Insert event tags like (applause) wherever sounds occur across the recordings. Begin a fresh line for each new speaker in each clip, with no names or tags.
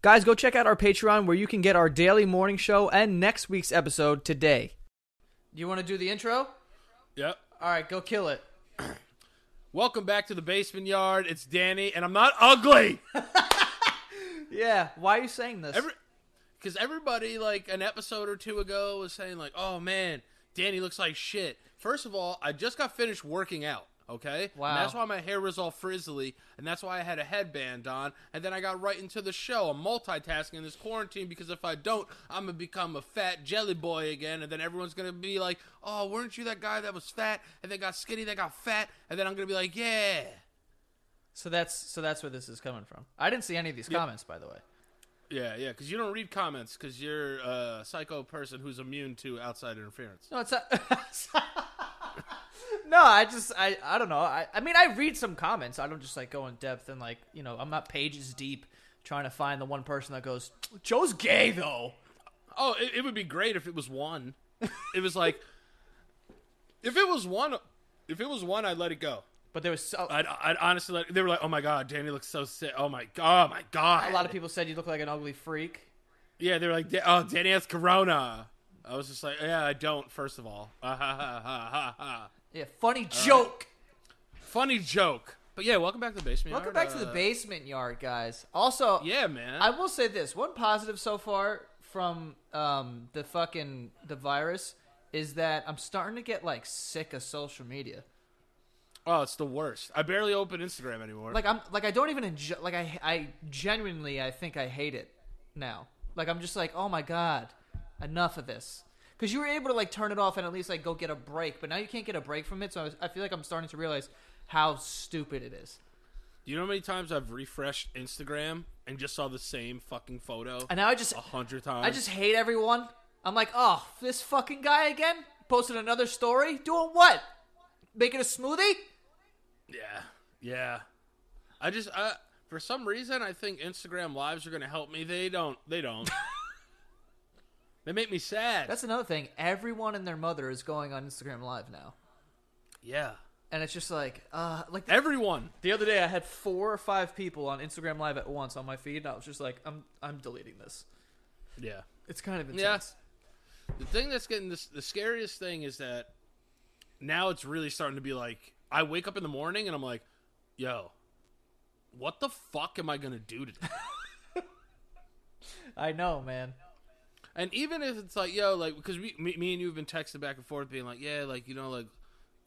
Guys, go check out our Patreon where you can get our daily morning show and next week's episode today. You want to do the intro?
Yep.
All right, go kill it.
Welcome back to the basement yard. It's Danny, and I'm not ugly.
Yeah, why are you saying this?
Every, because everybody like an episode or two ago was saying like, "Oh man, Danny looks like shit." First of all, I just got finished working out. Okay,
Wow.
And that's why my hair was all frizzly, and that's why I had a headband on, and then I got right into the show. I'm multitasking in this quarantine because if I don't, I'm gonna become a fat jelly boy again, and then everyone's gonna be like, "Oh, weren't you that guy that was fat and then got skinny, then got fat?" And then I'm gonna be like, "Yeah."
so that's so that's where this is coming from. I didn't see any of these comments, by the way.
Yeah, yeah, because you don't read comments because you're a psycho person who's immune to outside interference.
No, it's not. (laughs) no, I just I I don't know. I I mean, I read some comments. I don't just like go in depth and like you know I'm not pages deep trying to find the one person that goes Joe's gay though.
Oh, it, it would be great if it
(laughs)
was one. It was like, if it was one, if it was one, I'd let it go.
But there was so,
I'd, I'd honestly let. They were like, "Oh my god, Danny looks so sick. Oh my god, oh my god."
a lot of people said you look like an ugly freak.
Yeah, they were like, "Da- "Oh, Danny has corona." I was just like, "Yeah, I don't." First of all, Ah, ha ha ha ha ha.
Yeah, funny joke.
Funny joke. But yeah, welcome back to the basement.
Welcome
Yard.
back to the
Uh,
basement yard, guys. Also,
Yeah, man.
I will say this: one positive so far from um, the fucking the virus is that I'm starting to get like sick of social media.
oh, it's the worst. I barely open Instagram anymore.
Like I'm like I don't even enjoy. Like I I genuinely I think I hate it now. Like I'm just like oh my god, enough of this. Because you were able to like turn it off and at least like go get a break, but now you can't get a break from it. So I, was, I feel like I'm starting to realize how stupid it is.
you know how many times I've refreshed Instagram and just saw the same fucking photo
And now I just
a hundred times?
I just hate everyone. I'm like, oh, this fucking guy again posted another story. Doing what? Making a smoothie?
Yeah, yeah. I just I, for some reason I think Instagram lives are gonna help me. They don't. They
(laughs)
don't. they make me sad.
That's another thing. Everyone and their mother is going on Instagram Live now,
yeah.
and it's just like, uh, like the,
Everyone.
the other day, I had four or five people on Instagram Live at once on my feed, and I was just like, I'm, I'm deleting this.
Yeah.
It's kind of
Yeah.
intense.
The thing that's getting this the scariest thing is that now it's really starting to be like I wake up in the morning and I'm like, yo, what the fuck am I gonna do today?
I know, man.
And even if it's like, yo, like, because we, me, me and you have been texting back and forth, being like, yeah, like, you know, like,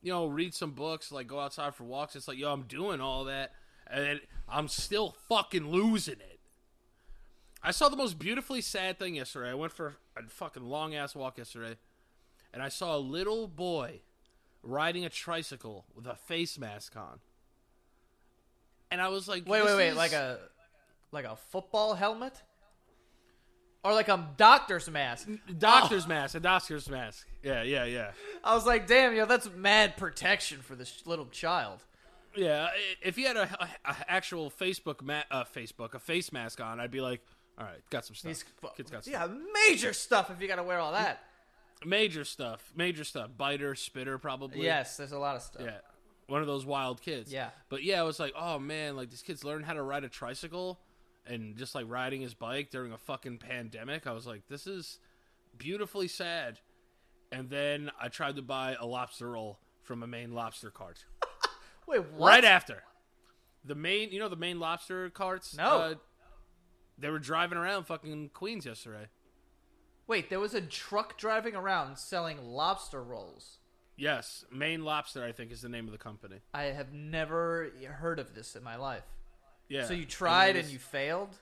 you know, read some books, like, go outside for walks. It's like, yo, I'm doing all that, and I'm still fucking losing it. I saw the most beautifully sad thing yesterday. I went for a fucking long ass walk yesterday, and I saw a little boy riding a tricycle with a face mask on. And I was like,
Wait,
this
wait, wait.
is-
Like a, like a football helmet, or like a doctor's mask. Oh.
doctor's mask, a doctor's mask. Yeah, yeah, yeah.
(laughs) I was like, damn, yo, that's mad protection for this little child.
Yeah, i- if he had a, a- a actual Facebook ma- uh, Facebook a face mask on, I'd be like, all right, got some stuff.
He's
Kid's got stuff.
yeah, major stuff if you got to wear all that.
Major stuff, major stuff. Biter, spitter, probably.
Yes, there's a lot of stuff.
Yeah. One of those wild kids.
Yeah.
But yeah, I was like, oh man, like this kid's learned how to ride a tricycle and just like riding his bike during a fucking pandemic. I was like, this is beautifully sad. And then I tried to buy a lobster roll from a Maine lobster cart.
Wait, what?
Right after. The main, you know, the main lobster carts. Uh,
No.
they were driving around fucking Queens yesterday.
Wait, there was a truck driving around selling lobster rolls.
Yes, Maine Lobster, I think, is the name of the company.
I have never heard of this in my life.
Yeah.
So you tried
then
and
this-
you failed?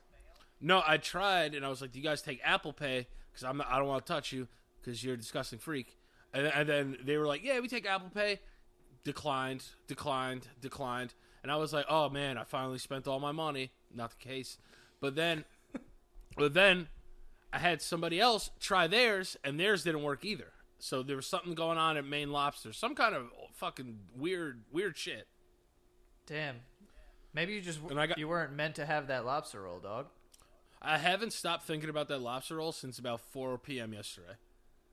No, I tried, and I was like, "Do you guys take Apple Pay? Because I'm, not, I don't want to touch you, because you're a disgusting freak." And, and then they were like, "Yeah, we take Apple Pay." Declined, declined, declined, and I was like, "Oh man, I finally spent all my money." Not the case, but then, but then, I had somebody else try theirs, and theirs didn't work either. So there was something going on at Maine Lobster, some kind of fucking weird, weird shit.
Damn. Maybe you just
And I got-
you weren't meant to have that lobster roll, dog.
I haven't stopped thinking about that lobster roll since about 4 p.m. yesterday.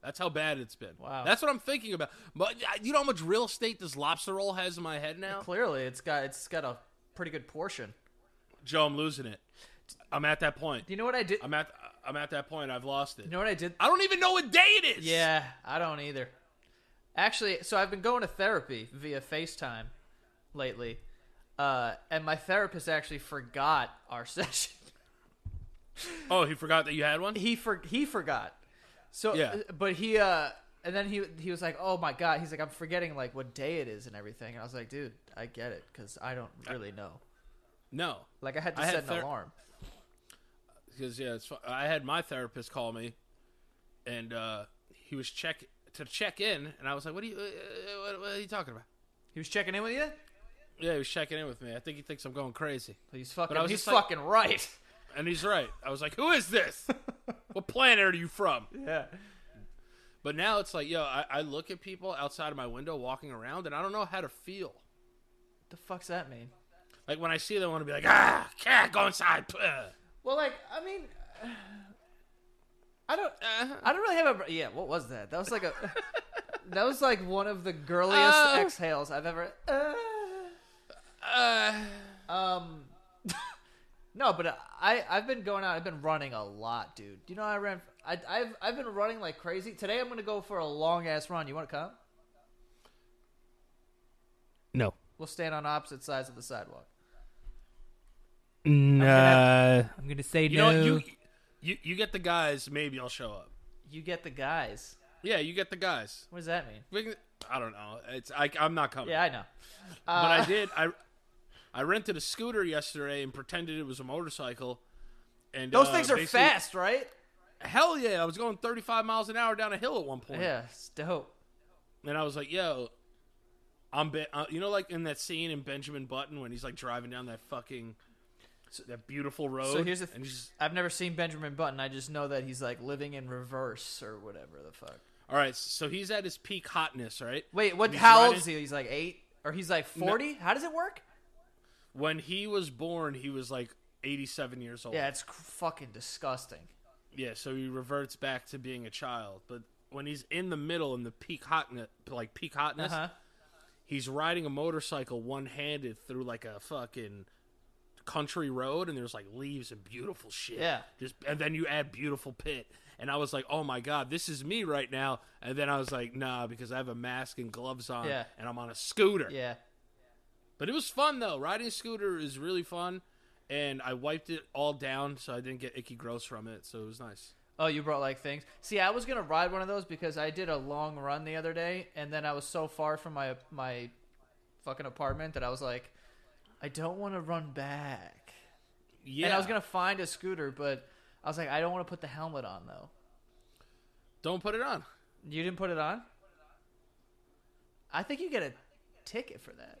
That's how bad it's been.
Wow.
That's what I'm thinking about. But uh, you know how much real estate this lobster roll
(laughs)
has in my head now?
Clearly, it's got it's got a pretty good portion.
Joe, I'm losing it. I'm at that point.
Do you know what I did?
I'm at I'm at that point. I've lost it.
You know what I did?
I don't even know what day it is.
Yeah, I don't either. Actually, so I've been going to therapy via FaceTime lately, uh, and my therapist actually forgot our (laughs) session.
Oh, he forgot that you had one.
he for he forgot. So
Yeah.
but he uh and then he he was like, "Oh my god." He's like, "I'm forgetting like what day it is and everything." And I was like, "Dude, I get it cuz I don't really know."
No,
Like I had to
I had
set an
ther-
alarm.
because yeah, it's, fu- I had my therapist call me, and uh, he was check to check in, and I was like, "What are you? Uh, what, what are you talking about?"
He was checking in with you?
Yeah, he was checking in with me. I think he thinks I'm going crazy,
He's
I
fucking
was
he's
just like-
fucking
(laughs)
right.
and he's right. I was like, "Who is this? what planet are you from?"
Yeah.
But now it's like, yo, I, I look at people outside of my window walking around, and I don't know how to feel.
The fuck's that mean?
Like when I see them, I want to be like, "Ah, cat, go inside." Puh."
Well, like I mean (sighs) I don't
Uh,
I don't really have a yeah. What was that? That was like (laughs) a that was like one of the girliest
Oh.
exhales I've ever. Uh,
uh,
um, no, but uh, I I've been going out. I've been running a lot, dude. You know I ran. I I've I've been running like crazy. Today I'm gonna go for a long ass run. You want to come?
no.
We'll stand on opposite sides of the sidewalk.
Nah.
I'm gonna say
You know what? You, you you get the guys. Maybe I'll show up.
you get the guys.
Yeah, you get the guys.
What does that mean?
We can, I don't know. It's I, I'm not coming.
Yeah, Uh. I know.
but I did. I I rented a scooter yesterday and pretended it was a motorcycle. And
Those
uh,
things are
basically-
fast, right?
Hell yeah! I was going 35 miles an hour down a hill at one point.
Yeah, it's dope.
And I was like, yo, I'm ben- uh, you know like in that scene in Benjamin Button when he's like driving down that fucking that beautiful road.
So here's the th-
and he's-
I've never seen Benjamin Button. I just know that he's like living in reverse or whatever the fuck.
all right. So he's at his peak hotness, right?
Wait, what?
He's
How
riding-
old is he? He's like eight, or he's like forty? How does it work?
when he was born, he was like 87 years old.
Yeah, it's cr- fucking disgusting.
Yeah, so he reverts back to being a child. But when he's in the middle in the peak hotness, like peak hotness,
Uh-huh.
he's riding a motorcycle one-handed through like a fucking country road and there's like leaves and beautiful shit.
Yeah.
Just and then you add beautiful pit. And I was like, "Oh my god, this is me right now." And then I was like, "Nah, because I have a mask and gloves on
Yeah.
and I'm on a scooter."
Yeah,
But it was fun though. Riding a scooter is really fun, and I wiped it all down so I didn't get icky gross from it. So it was nice.
Oh, you brought like things. See, I was gonna ride one of those because I did a long run the other day, and then I was so far from my my fucking apartment that I was like, I don't want to run back.
Yeah,
And I was gonna find a scooter, but I was like, I don't want to put the helmet on though.
don't put it on.
You didn't put it on. I think you get a ticket for that.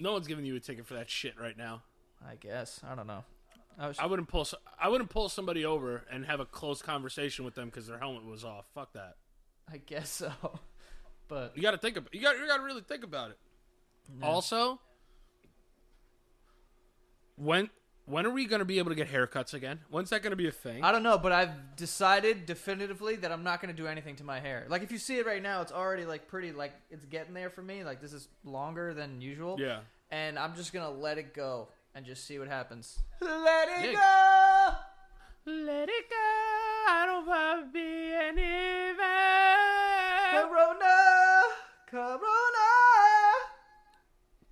No one's giving you a ticket for that shit right now.
I guess I don't know. I was
I wouldn't pull. so- I wouldn't pull somebody over and have a close conversation with them because their helmet was off. Fuck that.
I guess so. (laughs) But
You got to think about. You got. You got to really think about it. Also, when when are we going to be able to get haircuts again? When's that going to be a thing?
I don't know, but I've decided definitively that I'm not going to do anything to my hair. Like if you see it right now, it's already like pretty like it's getting there for me. Like this is longer than usual.
Yeah.
And I'm just going to let it go and just see what happens. Let it
Nick.
go.
Let it go. I don't want to be an evil.
Corona. Corona.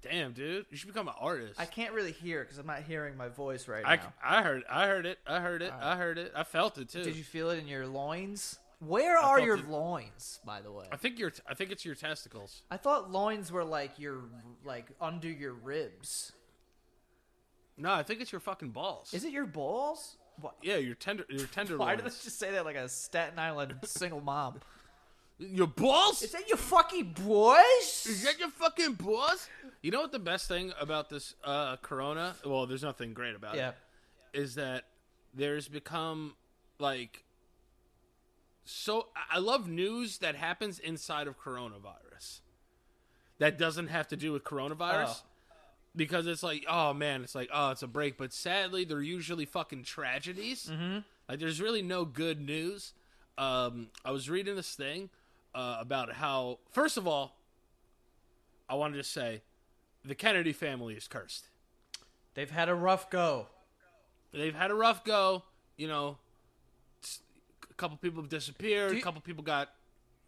Damn, dude, you should become an artist.
I can't really hear because I'm not hearing my voice right
I,
now.
I heard, I heard it, I heard it, I heard it, I felt it too.
Did you feel it in your loins? Where are
felt
your
it-
loins, by the way?
I think your, I think it's your testicles.
I thought loins were like your like under your ribs.
No, I think it's your fucking balls.
Is it your balls? Why,
yeah, your tender, (laughs) your tender.
why did I just say that like a Staten (laughs) Island single mom?
your balls?
Is that your fucking boys?
Is that your fucking balls? You know what the best thing about this uh, Corona? Well, there's nothing great about
Yeah.
it. Is that there's become like so. I- I love news that happens inside of coronavirus. That doesn't have to do with coronavirus.
Oh.
because it's like, oh man, it's like, oh, it's a break. But sadly, they're usually fucking tragedies. Mm-hmm. Like, there's really no good news. Um, I was reading this thing uh, about how, first of all, I wanted to say the Kennedy family is cursed.
They've had a rough go.
they've had a rough go. You know, s- a couple people have disappeared.
Do you-
a couple people got,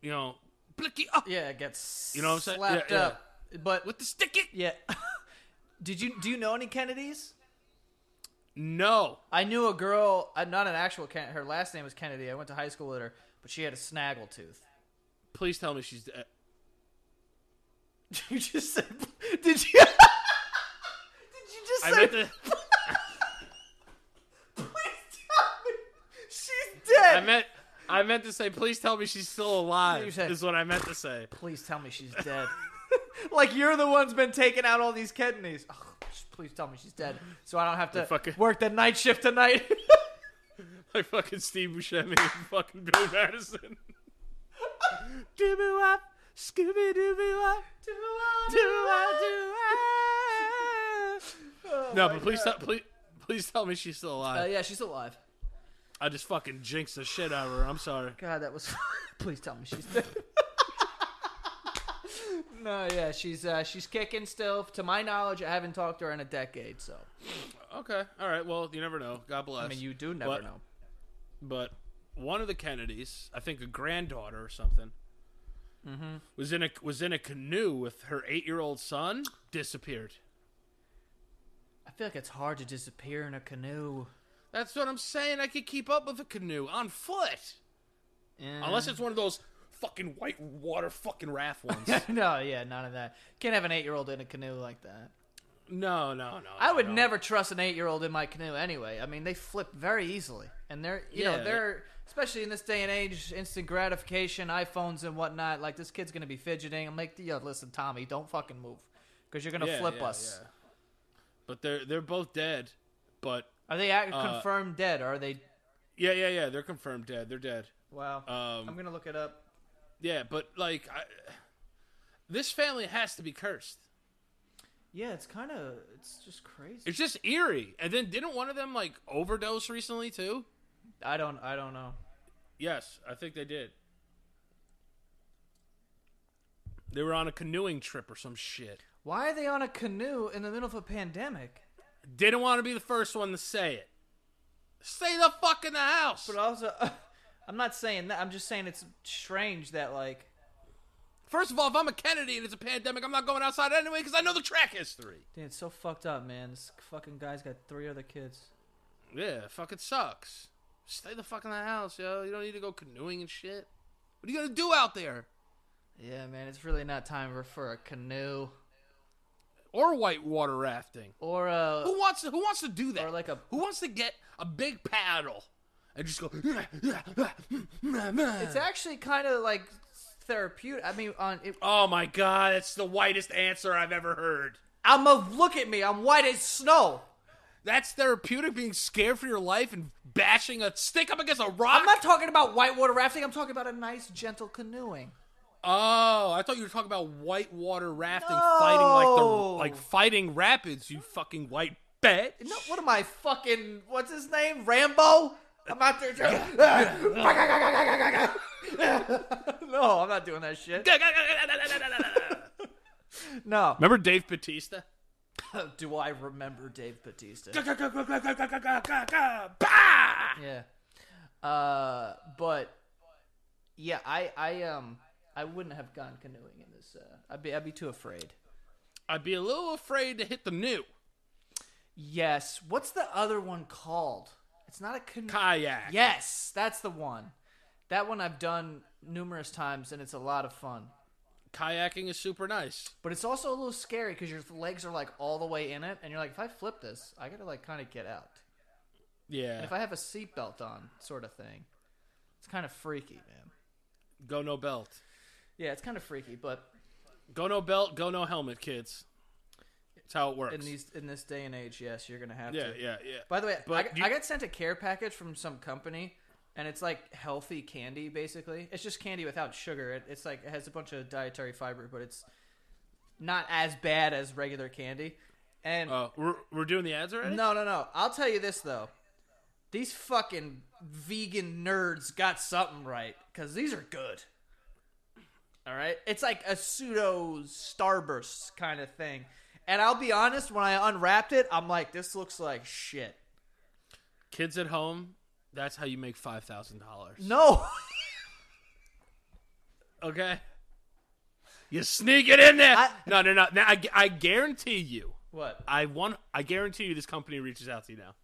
you know, blicky up
Yeah, it gets
You know what I'm saying?
slapped
Yeah, yeah.
up. But
with the stick it.
yeah, (laughs) did you do you know any Kennedys?
No,
I knew a girl. I'm not an actual Ken. Her last name was Kennedy. I went to high school with her, but she had a snaggle tooth.
please tell me she's dead.
(laughs) you just said. Did you? (laughs) did you just
I
say?
meant to.
Please tell me she's dead.
I meant. I meant to say, please tell me she's still
You
alive.
said-
Is what I meant to say. (laughs)
Please tell me she's dead. (laughs) like you're the one's been taking out all these kidneys. Ugh, just please tell me she's dead, so I don't have to
fucking-
work the night shift tonight. (laughs)
Like fucking Steve Buscemi and fucking Bill Madison. (laughs) Doo up, Scooby Doo up,
(laughs) Oh
No,
my
but please,
God.
tell, please, please tell me she's still
Uh,
alive.
yeah, she's alive.
I just fucking jinxed the shit out of her. I'm sorry.
God, that was. (laughs) please tell me
(laughs)
she's dead. no, yeah, she's uh, she's kicking still. To my knowledge, I haven't talked to her in a decade. So
Okay, all right. Well, you never know. God bless.
I mean, you do never
What?
know.
but one of the Kennedys, I think a granddaughter or something,
Mm-hmm.
was in a was in a canoe with her eight year old son. Disappeared.
I feel like it's hard to disappear in a canoe.
That's what I'm saying. I could keep up with a canoe on foot, unless
Mm.
it's one of those fucking white water fucking raft
(laughs)
ones.
no, yeah, none of that. Can't have an eight-year-old in a canoe like that.
no, no, no.
I would
no.
never trust an eight-year-old in my canoe anyway. I mean, they flip very easily, and they're you
Yeah.
know they're especially in this day and age, instant gratification, iPhones and whatnot. Like this kid's gonna be fidgeting. I'm like, yo, listen, Tommy, don't fucking move, because you're gonna
Yeah,
flip
yeah,
us.
yeah. But they're they're both dead. But
Are they act-
Uh,
confirmed dead? Or are they?
yeah, yeah, yeah. They're confirmed dead. They're dead.
Wow,
Um,
I'm gonna look it up.
Yeah, but like, I, this family has to be cursed.
Yeah, it's kind of it's just crazy.
It's just eerie. And then didn't one of them like overdose recently too?
I don't I don't know.
Yes, I think they did. They were on a canoeing trip or some shit.
Why are they on a canoe in the middle of a pandemic?
Didn't want to be the first one to say it. Stay the fuck in the house.
But uh, also, (laughs) I'm not saying that. I'm just saying it's strange that like
First of all, if I'm a Kennedy and it's a pandemic, I'm not going outside anyway because I know the track history.
Dude, it's so fucked up, man. This fucking guy's got three other kids.
Yeah, fuck it sucks. Stay the fuck in the house, yo. You don't need to go canoeing and shit. What are you gonna do out there?
Yeah, man, it's really not time for- for a canoe
Or whitewater rafting.
or a.
Who wants to who wants to do that?
Or like a-
who wants to get a big paddle and just go
It's actually kind of like therapeutic. I mean, on it,
Oh my god, it's the whitest answer I've ever heard.
I'm a look at me. I'm white as snow.
That's therapeutic being scared for your life and bashing a stick up against a rock.
I'm not talking about whitewater rafting. I'm talking about a nice, gentle canoeing.
oh, I thought you were talking about whitewater rafting
No.
fighting like the like fighting rapids, you fucking white bet.
No, what am I fucking? What's his name? Rambo? I'm out there. (laughs) no, I'm not doing that shit. No. (laughs)
Remember Dave Batista?
Do I remember Dave Batista?
Bah!
Yeah. Uh, but yeah, I I um I wouldn't have gone canoeing in this. Uh, I'd be I'd be too afraid.
I'd be a little afraid to hit the new
Yes. What's the other one called? It's not a canoe.
kayak.
yes, that's the one. That one I've done numerous times and it's a lot of fun.
Kayaking is super nice.
But it's also a little scary because your legs are like all the way in it, and you're like, if I flip this, I gotta like kind of get out.
Yeah.
And if I have a seatbelt on, sort of thing, it's kind of freaky, man.
Go no belt.
Yeah, it's kind of freaky, but
Go no belt, go no helmet, kids. That's how it works.
in these in this day and age, yes, you're gonna have
yeah,
to.
yeah, yeah.
By the way,
But
I,
you-
I got sent a care package from some company, and it's like healthy candy. Basically, it's just candy without sugar. It, it's like it has a bunch of dietary fiber, but it's not as bad as regular candy. And
Uh, we're, we're doing the ads already?
no, no, no. I'll tell you this though, these fucking vegan nerds got something right because these are good. All right, it's like a pseudo Starburst kind of thing. And I'll be honest, when I unwrapped it, I'm like, this looks like shit.
Kids at home, that's how you make five thousand dollars.
No. (laughs)
Okay. You sneak it in there.
I-
no, no, no. Now I, gu- I guarantee you.
what?
I want. I guarantee you, this company reaches out to you now.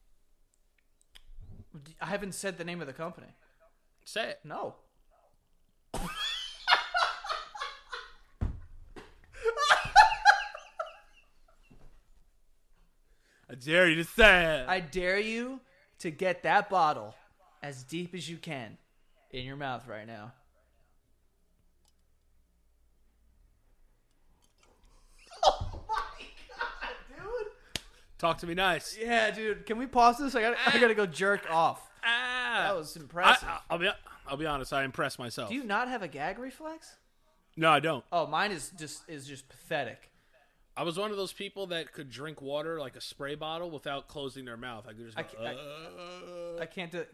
I haven't said the name of the company.
Say it.
No.
I dare you to say it.
I dare you to get that bottle as deep as you can in your mouth right now.
Talk to me nice.
Yeah, dude. Can we pause this? I gotta, I gotta go jerk off.
Ah.
That was
I,
impressive.
I, I'll be. I'll be honest. I impressed myself.
Do you not have a gag reflex?
no, I don't.
Oh, mine is just is just pathetic.
I was one of those people that could drink water like a spray bottle without closing their mouth. I could just. Go,
ca- I-
"Uh."
I can't do.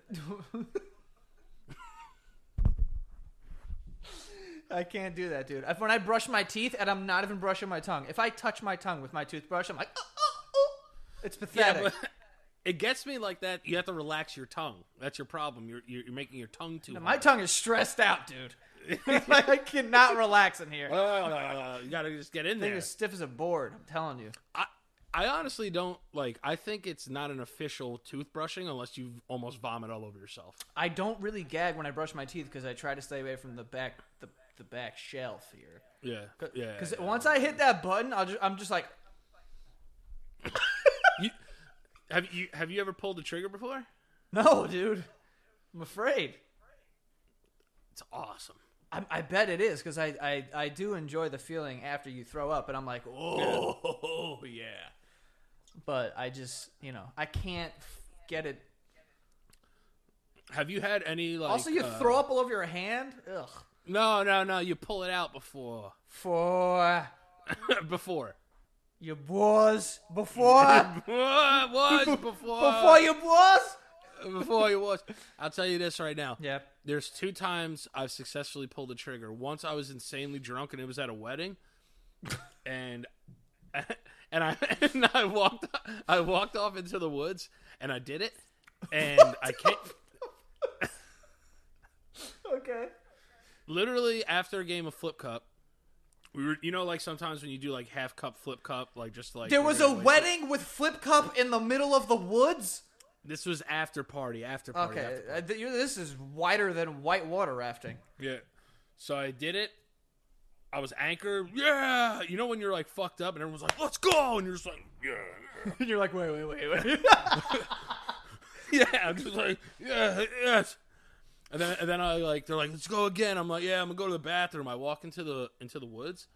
(laughs) I can't do that, dude. If, when I brush my teeth and I'm not even brushing my tongue, if I touch my tongue with my toothbrush, I'm like, "Oh, oh, oh." it's
yeah,
pathetic.
but it gets me like that. You have to relax your tongue. That's your problem. You're you're, you're making your tongue too.
my tongue is stressed out, dude. (laughs) like, I cannot relax in here. That
hard. Uh, you gotta just get
thing
in there.
is stiff as a board. I'm telling you.
I I honestly don't like. I think it's not an official toothbrushing unless you almost vomit all over yourself.
I don't really gag when I brush my teeth because I try to stay away from the back the, the back shelf here.
Yeah, yeah.
Because once I hit that button, I'll just, I'm just like,
You- have you have you ever pulled the trigger before?
no, dude, I'm afraid.
It's awesome.
I, I bet it is because I, I, I do enjoy the feeling after you throw up, and I'm like, oh (laughs) yeah. But I just you know I can't f- get it.
Have you had any like?
Also, you
uh,
throw up all over your hand. Ugh.
No, no, no. You pull it out before (laughs)
For (laughs)
before.
your boys, (laughs) before
What was before
before your boys.
before you was? I'll tell you this right now.
Yep.
There's two times I've successfully pulled the trigger. Once I was insanely drunk and it was at
(laughs)
a wedding, and (laughs) and I (laughs) and I walked I walked off into the woods and I did it, and
(laughs)
I can't.
Okay.
Literally after a game of flip cup, we were you know like sometimes when you do like half cup flip cup like just like
There
we're
was a
gonna, like,
wedding with flip cup in the middle of the woods.
This was after party after party.
Okay,
after-
uh, th- you- this is wider than white water rafting.
yeah. So I did it. I was anchored. Yeah, you know when you're like fucked up and everyone's like, "Let's go," and you're just like, "Yeah." yeah.
And (laughs) you're like, wait, wait, wait, (laughs) wait.
Yeah, I'm just like, yeah, yes. And then and then I like they're like, let's go again. I'm like, yeah, I'm gonna go to the bathroom. I walk into the into the woods,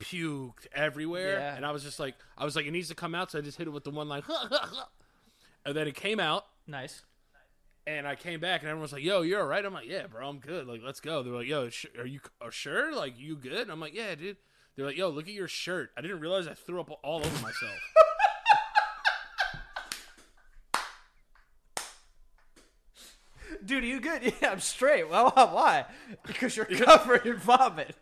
puked everywhere,
Yeah.
and I was just like, I was like, it needs to come out, so I just hit it with the one line, (laughs) and then it came out,
nice.
and I came back, and everyone's like, yo, you're all right. I'm like, yeah, bro, I'm good. Like, let's go. They're like, yo, sh- are you are sure? Like, you good? And I'm like, yeah, dude. They're like, yo, look at your shirt. I didn't realize I threw up all over myself.
Dude, are you good? (laughs) Yeah, I'm straight. Well, (laughs) why? Because (laughs) you're covered in vomit.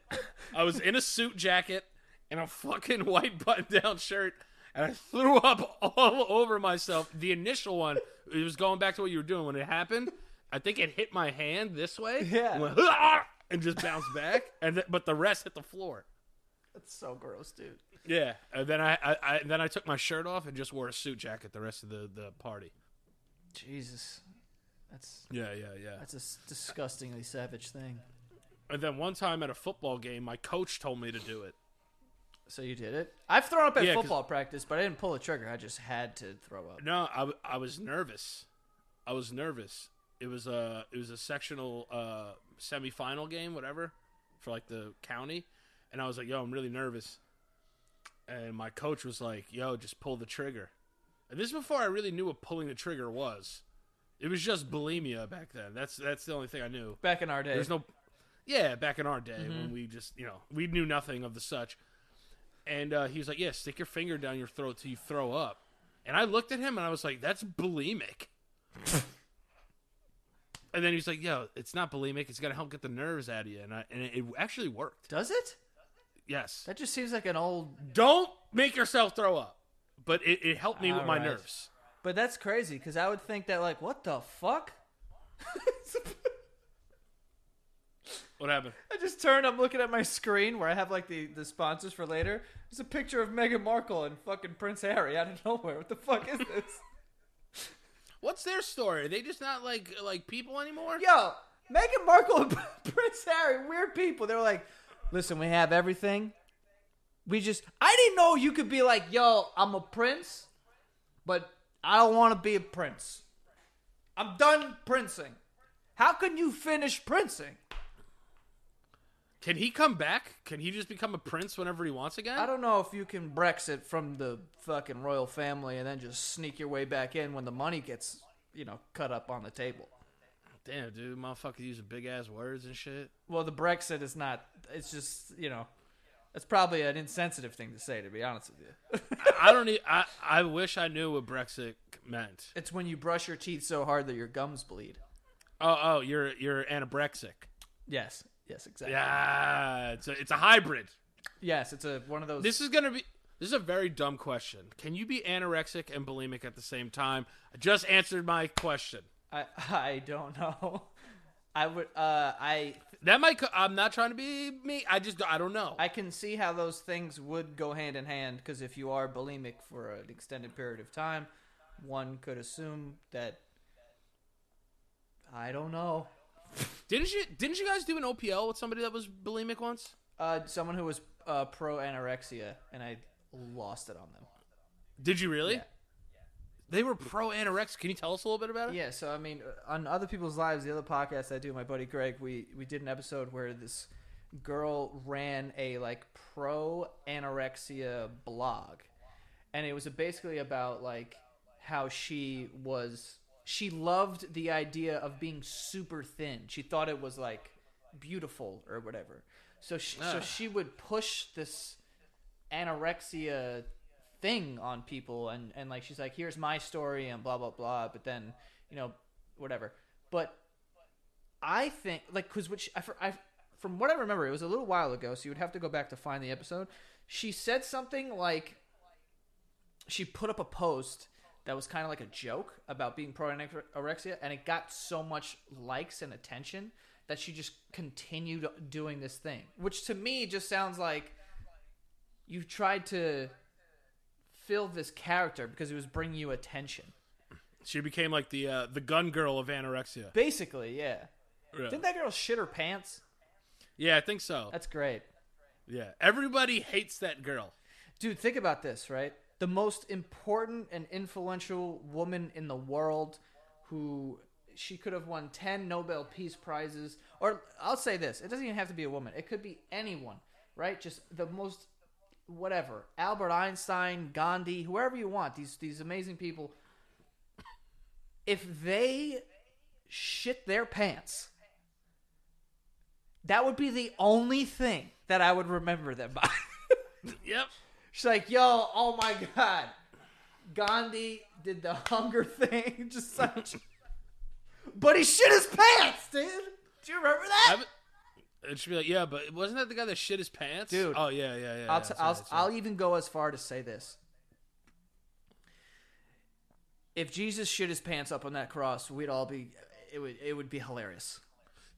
I was in a suit jacket and a fucking (laughs) white button down shirt, and I threw up all over myself. The initial one, it was going back to what you were doing when it happened. I think it hit my hand this way,
Yeah.
and, went, (laughs) "Ah!" and just bounced back, and th- but the rest hit the floor.
That's so gross, dude.
Yeah, and then I, I, I then I took my shirt off and just wore a suit jacket the rest of the, the party.
Jesus, that's
Yeah, yeah, yeah.
that's a s- disgustingly savage thing.
And then one time at a football game, my coach told me to do it.
So you did it. I've thrown up at
Yeah, 'cause-
football practice, but I didn't pull the trigger. I just had to throw up.
No, I, w- I was nervous. I was nervous. It was a it was a sectional uh, semifinal game, whatever, for like the county, and I was like, "Yo, I'm really nervous." And my coach was like, "Yo, just pull the trigger." And this is before I really knew what pulling the trigger was. It was just bulimia back then. That's that's the only thing I knew.
Back in our day,
There's no, yeah, back in our day
Mm-hmm.
when we just you know we knew nothing of the such, and uh, he was like, "Yeah, stick your finger down your throat till you throw up," and I looked at him and I was like, "That's bulimic," (laughs) and then he was like, "Yo, it's not bulimic. It's gonna help get the nerves out of you," and I and it, it actually worked.
does it?
Yes,
That just seems like an old.
don't make yourself throw up, but it, it helped me with my
Alright.
nerves.
But that's crazy because I would think that like, what the fuck?
What happened?
I just turned. I'm looking at my screen where I have like the, the sponsors for later. There's a picture of Meghan Markle and fucking Prince Harry out of nowhere. What the fuck is this?
What's their story? Are they just not like like people anymore?
Yo, Meghan Markle and (laughs) Prince Harry, weird people. They're like, listen, we have everything. We just, I didn't know you could be like, yo, I'm a prince, but I don't want to be a prince. I'm done princing. How can you finish princing?
Can he come back? Can he just become a prince whenever he wants again?
I don't know if you can Brexit from the fucking royal family and then just sneak your way back in when the money gets, you know, cut up on the table.
Damn, dude, motherfucker using big ass words and shit.
Well, the Brexit is not. It's just you know, it's probably an insensitive thing to say. To be honest with you,
(laughs) I don't. e I I wish I knew what Brexit meant.
it's when you brush your teeth so hard that your gums bleed.
Oh, oh, you're you're anorexic.
Yes, yes, exactly.
Yeah, it's a, it's a hybrid.
Yes, it's a one of those.
This is gonna be. This is a very dumb question. Can you be anorexic and bulimic at the same time? I just answered my question.
I (laughs) I don't know. I would. Uh, I
That might. co- I'm not trying to be me. I just. I don't know.
I can see how those things would go hand in hand because if you are bulimic for an extended period of time, one could assume that. I don't know.
didn't you? Didn't you guys do an OPL with somebody that was bulimic once?
Uh, someone who was uh, pro anorexia, and I lost it on them.
Did you really?
Yeah.
They were pro anorexic. Can you tell us a little bit about it?
Yeah, so I mean, uh, on other people's lives, the other podcast I do, my buddy Greg, we we did an episode where this girl ran a like pro anorexia blog, and it was basically about like how she was she loved the idea of being super thin. She thought it was like beautiful or whatever. So she, so
Ah.
she would push this anorexia thing on people and and like she's like here's my story and blah blah blah but then you know whatever but i think like because which I, fr- I from what i remember it was a little while ago so you would have to go back to find the episode she said something like she put up a post that was kind of like a joke about being pro anorexia and it got so much likes and attention that she just continued doing this thing which to me just sounds like you tried to fill this character because it was bringing you attention
She became like the uh, the gun girl of anorexia.
basically yeah
Yeah.
didn't that girl shit her pants
Yeah, I think so.
that's great
Yeah, everybody hates that girl.
Dude, think about this, right? The most important and influential woman in the world who she could have won 10 Nobel Peace Prizes. Or I'll say this it doesn't even have to be a woman, it could be anyone, right? Just the most, whatever. Albert Einstein, Gandhi, whoever you want, these, these amazing people. If they shit their pants, that would be the only thing that I would remember them by. (laughs)
Yep.
She's like, yo, oh my god, Gandhi did the hunger thing, (laughs) just such. but he shit his pants, dude. Do you remember that?
I it should be like, yeah, but wasn't that the guy that shit his pants?
Dude.
Oh yeah, yeah, yeah.
I'll,
yeah,
t-
sorry,
I'll,
sorry.
I'll even go as far to say this. If Jesus shit his pants up on that cross, we'd all be. It would it would be hilarious.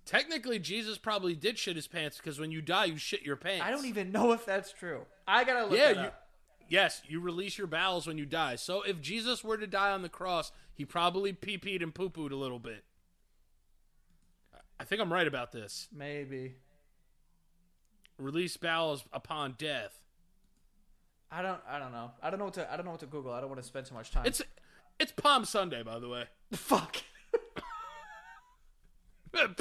Technically, Jesus probably did shit his pants because when you die, you shit your pants.
I don't even know if that's true. I gotta look
Yeah,
that
you-
up.
Yes, you release your bowels when you die. So if Jesus were to die on the cross, he probably pee peed and poo pooed a little bit. I think I'm right about this.
Maybe
Release bowels upon death.
I don't. I don't know. I don't know what to. I don't know what to Google. I don't want to spend too much time.
It's it's Palm Sunday, by the way. (laughs)
fuck. (laughs)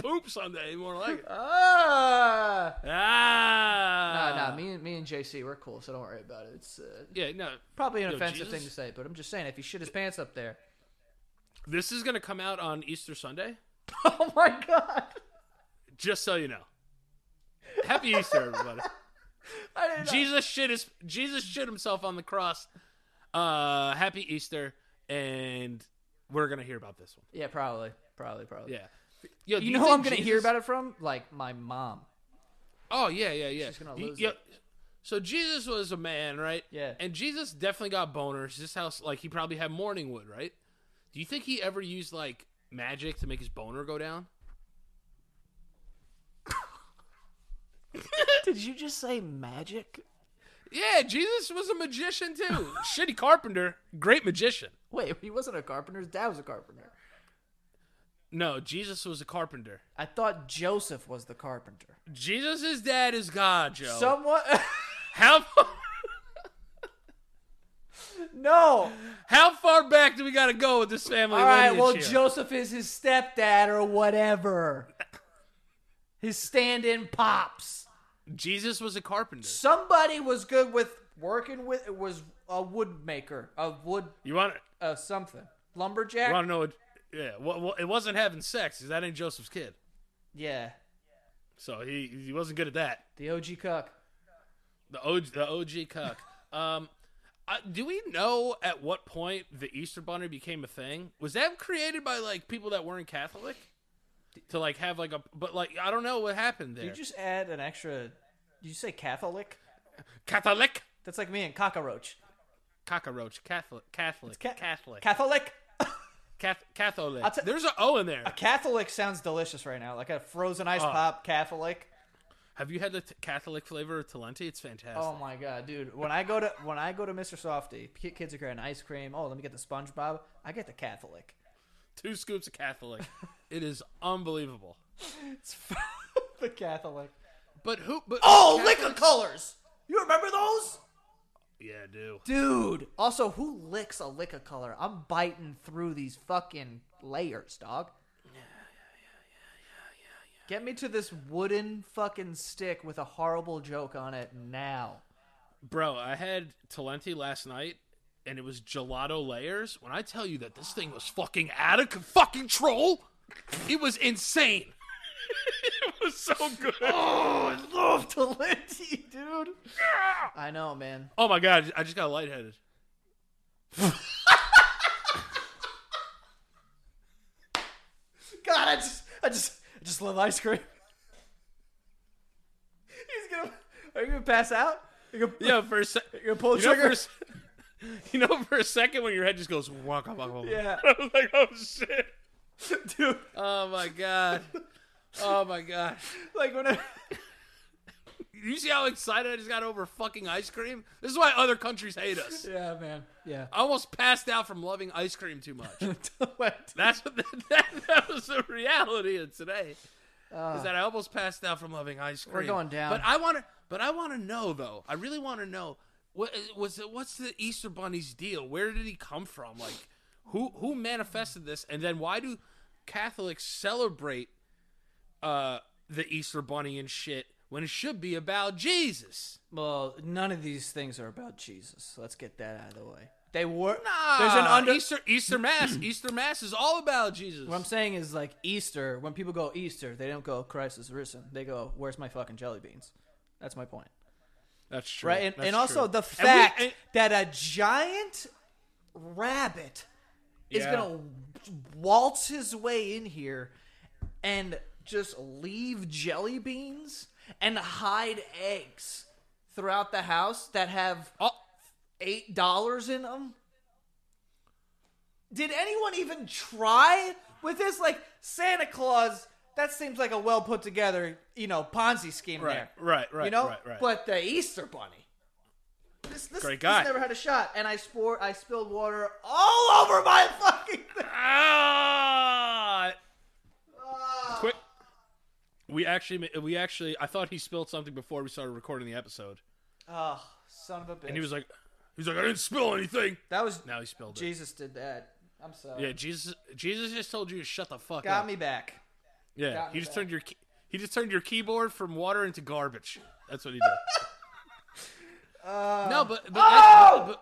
Poop Sunday, more
(laughs)
like it.
ah.
Ah.
No, no, me and me and JC, we're cool, so don't worry about it. It's uh,
Yeah, no.
probably an
Yo,
offensive
Jesus.
thing to say, but I'm just saying if he shit his pants up there. (laughs)
This is gonna come out on Easter Sunday.
Oh my god.
Just so you know. Happy Easter, everybody.
I didn't know.
Jesus shit his Jesus shit himself on the cross. Uh, happy Easter, and we're gonna hear about this one.
Yeah, probably. Probably, probably.
Yeah. Yo, do
You know who I'm
think
going to
Jesus-
hear about it from? Like my mom.
Oh yeah, yeah, yeah.
She's gonna
You-
lose
yo-
it.
So Jesus was a man, right?
Yeah.
And Jesus definitely got boners. This house, like he probably had morning wood, right? Do you think he ever used like magic to make his boner go down?
Did you just say magic?
Yeah, Jesus was a magician
(laughs)
too. Shitty carpenter, great magician.
Wait, he wasn't a carpenter. His dad was a carpenter.
No, Jesus was a carpenter.
I thought Joseph was the carpenter.
Jesus' dad is God, Joe.
Someone. (laughs)
how
no.
(laughs) how far back do we got to go with this family?
All right.
lineage
Well,
here?
Joseph is his stepdad or whatever. His stand-in pops.
Jesus was a carpenter.
Somebody was good with working with. Was a wood maker, a wood,
You want to
uh, something, lumberjack.
You want to know what? Yeah, well, well, it wasn't having sex. 'cause That ain't Joseph's kid,
Yeah,
so he he wasn't good at that.
the OG cuck.
The OG, the OG
(laughs)
cuck. um, I, do we know at what point the Easter Bunny became a thing? Was that created by like people that weren't Catholic to like have like a? But like I don't know what happened there.
Did you just add an extra? Did you say Catholic?
Catholic,
That's like me and cockroach.
cockroach, Catholic, Catholic,
Ca-
Catholic,
Catholic. (laughs)
Cath- Catholic.
t-
There's an O in there.
Catholic sounds delicious right now, like a frozen ice
Oh.
pop Catholic.
Have you had the t- Catholic flavor of Talenti? It's fantastic.
Oh my god, dude! When I go to when I go to Mr. Softy, ki- kids are getting ice cream. Oh, let me get the SpongeBob. I get the Catholic. (laughs)
Two scoops of Catholic. it is unbelievable.
It's (laughs) the Catholic.
But who? But
Oh,
Catholic-
liquor colors. You remember those,
Yeah, I do.
dude? Also, who licks a liquor color? I'm biting through these fucking layers, dog. Get me to this wooden fucking stick with a horrible joke on it now.
Bro, I had Talenti last night, and it was gelato layers. When I tell you that this thing was fucking out of c- fucking control, it was insane. (laughs) it was so good.
Oh, I love (laughs) Talenti, dude. I know, man.
Oh my god, I just got lightheaded.
God, I just, I just, I just love ice cream. He's gonna. Are you gonna pass out? You gonna,
Yeah, for a sec.
you gonna pull the
You know, for
trigger?
a se- (laughs) you know, for a second when your head just goes wonka wonka. wonka.
Yeah.
(laughs) I was like, oh shit.
(laughs) dude.
Oh my god. Oh my god.
Like when I, (laughs)
You see how excited I just got over fucking ice cream? This is why other countries hate us.
yeah, man, yeah. (laughs)
I almost passed out from loving ice cream too much.
What?
That's what (laughs) that, that was the reality of today.
Uh,
is that I almost passed out from loving ice cream.
going down.
But I want to. But I want to know though. I really want to know what was it, what's the Easter Bunny's deal? Where did he come from? Like who who manifested this? And then why do Catholics celebrate uh, the Easter Bunny and shit when it should be about Jesus?
well, none of these things are about Jesus. Let's get that out of the way. They were.
Nah,
There's an under.
Uh, Easter Easter Mass. (clears throat) Easter Mass is all about Jesus.
What I'm saying is like Easter. When people go Easter, they don't go Christ is risen. They go, "Where's my fucking jelly beans?" That's my point.
That's true.
right? And,
That's
and also
true.
the
And we-
fact
and-
that a giant rabbit is
Yeah.
going to waltz his way in here and just leave jelly beans and hide eggs throughout the house that have
Oh,
eight dollars in them. Did anyone even try with this? Like Santa Claus, that seems like a well put together, you know, Ponzi scheme
Right,
there.
right, right,
You know,
right, right.
but the Easter Bunny. This, this, Great
Great guy.
guy. never had a shot, and I swore I spilled water all (laughs) over my fucking. Thing.
(laughs) Ah!
Ah.
Quick. We actually, we actually, I thought he spilled something before we started recording the episode,
Oh, son of a bitch!
and he was like, he was like, I didn't spill anything.
that was
Now he spilled it.
Jesus did that. I'm sorry.
Yeah, Jesus, Jesus just told you to shut the fuck
Got
up.
me back.
yeah,
got
he
me
just
back.
turned your, key- he just turned your keyboard from water into garbage. That's what he did. no, but,
Uh,
but,
Oh!
but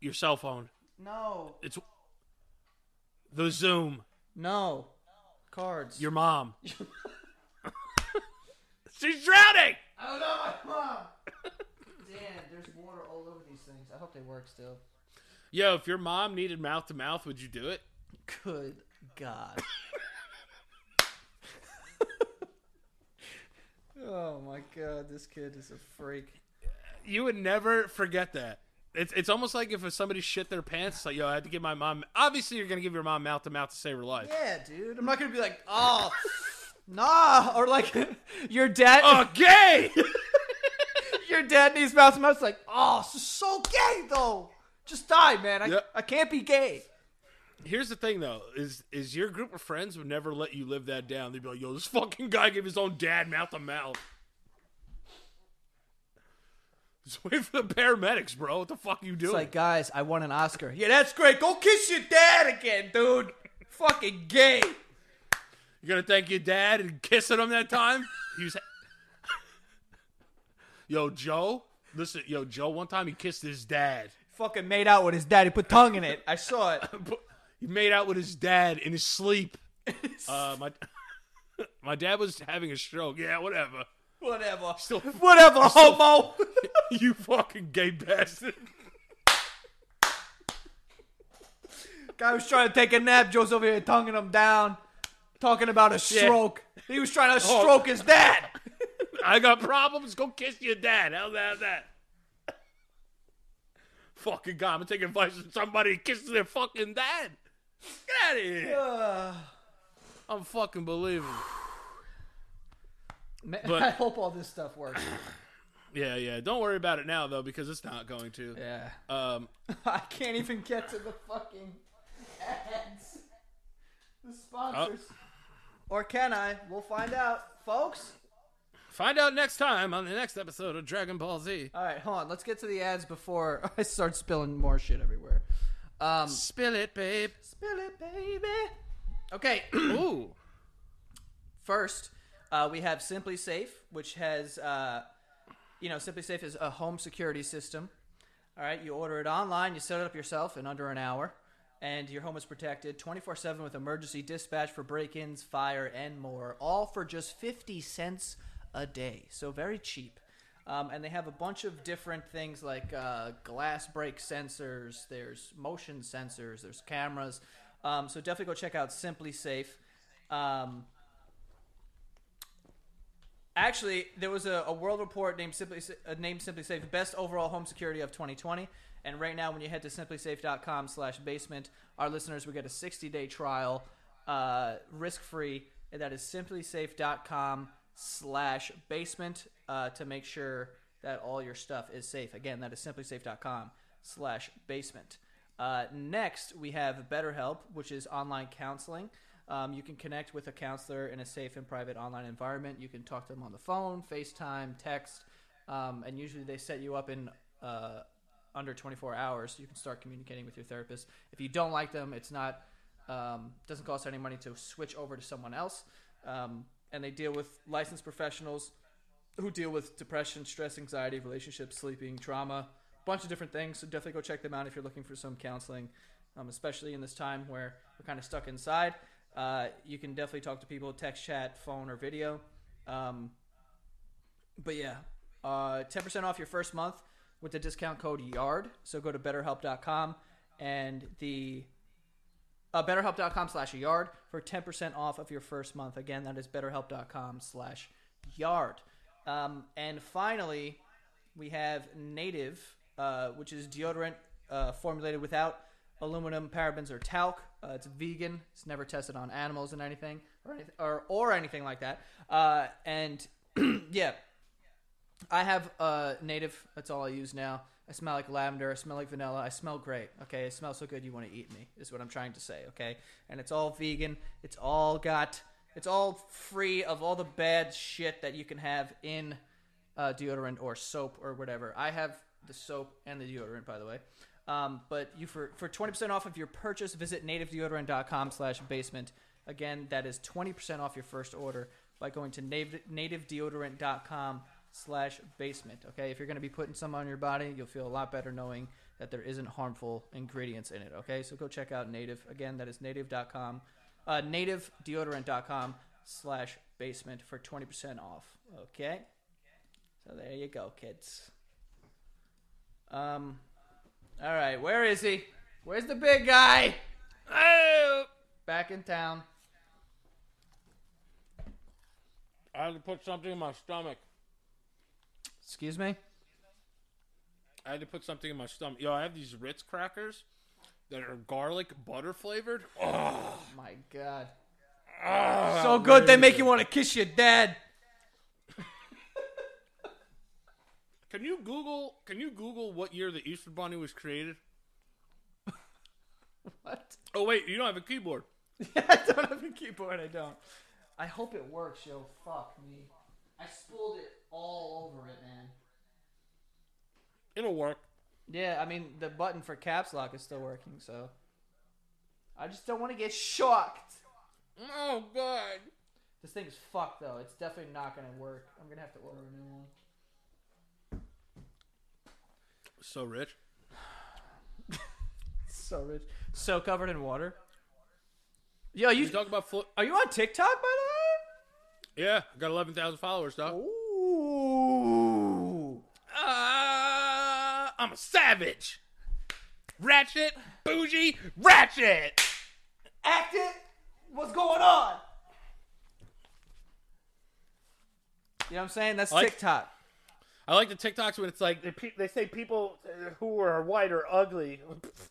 your cell phone.
No,
It's the Zoom.
no, cards. (laughs)
Your mom. (laughs) She's drowning.
I don't know, Oh, my mom. Damn, there's water all over these things. I hope they work still.
Yo, if your mom needed mouth to mouth, would you do it?
Good God. oh my God, this kid is a freak.
you would never forget that. It's it's almost like if somebody shit their pants, it's like yo, I had to give my mom. Obviously, you're gonna give your mom mouth to mouth to save her life.
Yeah, dude. I'm not gonna be like, oh, nah, or like your dad.
Oh, gay.
Your dad needs mouth to mouth. Like, oh, this is so gay though. Just die, man. I,
Yeah.
I can't be gay.
(laughs) Here's the thing though: is is your group of friends would never let you live that down. They'd be like, yo, this fucking guy gave his own dad mouth to mouth. Just wait for the paramedics, bro. What the fuck you doing?
It's like, guys, I won an Oscar. Yeah, that's great. Go kiss your dad again, dude. Fucking gay.
You're gonna thank your dad and kissing him that time. He was, yo Joe, listen, yo Joe. One time he kissed his dad.
Fucking made out with his dad. He put tongue in it. I saw it.
He made out with his dad in his sleep. Uh, my my dad was having a stroke. Yeah, whatever. (laughs)
Whatever.
Still,
Whatever,
still-
homo. (laughs)
you fucking gay bastard.
Guy was trying to take a nap. Joe's over here tonguing him down, talking about a stroke. He was trying to stroke his dad. (sighs)
I got problems. Go kiss your dad. How's that? how's that? Fucking god, I'm taking advice from somebody who kisses their fucking dad. Get out of here.
Uh,
I'm fucking believable.
man,
But-
I hope all this stuff works.
Yeah, yeah. Don't worry about it now though, because it's not going to.
Yeah.
Um,
(laughs) I can't even get to the fucking ads. The sponsors. Or can I? We'll find out, folks.
find out next time on the next episode of Dragon Ball Z.
All right, hold on. Let's get to the ads before (laughs) I start spilling more shit everywhere. Um,
Spill it, (clears throat) babe.
spill it, baby. Okay.
Ooh.
First, uh, we have Simply Safe, which has, uh, you know, Simply Safe is a home security system. All right, you order it online, you set it up yourself in under an hour, and your home is protected 24 7 with emergency dispatch for break ins, fire, and more, all for just 50 cents a day. So very cheap. Um, and they have a bunch of different things like uh, glass break sensors, there's motion sensors, there's cameras. Um, so definitely go check out Simply Safe. Um, Actually, there was a, a world report named Simply Sa- uh, named Simply Safe best overall home security of 2020. And right now, when you head to simplysafe.com/basement, our listeners will get a 60-day trial, uh, risk-free. And that is simplysafe.com/basement uh, to make sure that all your stuff is safe. Again, that is simplysafe.com/basement. Uh, next, we have BetterHelp, which is online counseling. Um, you can connect with a counselor in a safe and private online environment. You can talk to them on the phone, FaceTime, text, um, and usually they set you up in uh, under 24 hours. You can start communicating with your therapist. If you don't like them, it's not um, doesn't cost any money to switch over to someone else. Um, and they deal with licensed professionals who deal with depression, stress, anxiety, relationships, sleeping, trauma, a bunch of different things. So definitely go check them out if you're looking for some counseling, um, especially in this time where we're kind of stuck inside. Uh, you can definitely talk to people, text, chat, phone, or video. Um, but yeah, uh, 10% off your first month with the discount code YARD. So go to betterhelp.com and the uh, betterhelp.com slash yard for 10% off of your first month again that is betterhelp.com slash yard um, and finally we have native uh, which is deodorant uh, formulated without aluminum parabens or talc uh, it's vegan it's never tested on animals and anything or, anyth- or, or anything like that uh, and (clears throat) yeah I have uh, native. That's all I use now. I smell like lavender. I smell like vanilla. I smell great. Okay, it smells so good you want to eat me. Is what I'm trying to say. Okay, and it's all vegan. It's all got. It's all free of all the bad shit that you can have in uh, deodorant or soap or whatever. I have the soap and the deodorant, by the way. Um, but you for for twenty percent off of your purchase, visit nativedeodorant.com slash basement. Again, that is twenty percent off your first order by going to native, nativedeodorant.com slash basement. Okay, if you're going to be putting some on your body, you'll feel a lot better knowing that there isn't harmful ingredients in it. Okay, so go check out native. Again, that is native.com, uh, nativedeodorant.com slash basement for twenty percent off. Okay. So there you go, kids. Um, all right, where is he? Where's the big guy?
Oh.
Back in town.
I had to put something in my stomach.
Excuse me.
I had to put something in my stomach. Yo, I have these Ritz crackers that are garlic butter flavored. Oh,
My God.
Ah,
so good they make you want to kiss your dad.
Can you Google? Can you Google what year the Easter Bunny was created?
What? (laughs)
Oh wait, you don't have a keyboard.
I don't have a keyboard. I don't. I hope it works, yo. Fuck me. I spilled it all over it, man.
It'll work.
Yeah, I mean the button for caps lock is still working, so I just don't want to get shocked.
Oh god.
This thing is fucked though. It's definitely not gonna work. I'm gonna have to order a new one.
So rich.
so rich, so covered in water. Yo, you
You talk about flo-
are you on TikTok by
Yeah, I got eleven thousand followers,
the
dog.
way? Ooh.
Uh, I'm a savage. Ratchet, bougie, ratchet.
Act it. What's going on? You know what I'm saying? That's
Like-
TikTok.
I like the TikToks when it's like they, pe- they say people uh, who are white are ugly.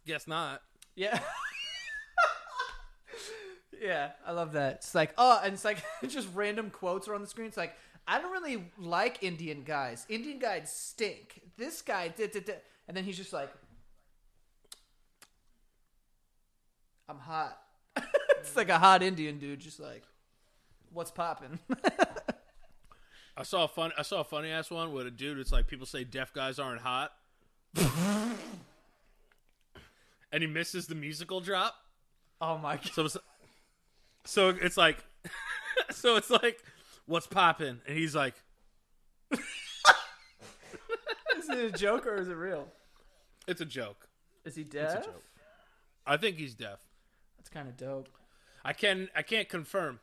Guess not.
Yeah. (laughs) yeah, I love that. It's like, oh, and it's like (laughs) just random quotes are on the screen. It's like, I don't really like Indian guys. Indian guys stink. This guy did, did, did. And then he's just like, I'm hot. (laughs) it's like a hot Indian dude, just like, what's poppin'? (laughs)
I saw a fun. I saw a funny ass one with a dude. It's like people say deaf guys aren't hot, (laughs) and he misses the musical drop.
oh my god.
So, it's, so it's like, (laughs) so it's like, what's poppin'? And he's like,
Is it a joke or is it real?
it's a joke.
Is he deaf?
joke. I think he's deaf.
That's kind of dope.
I can. I can't confirm.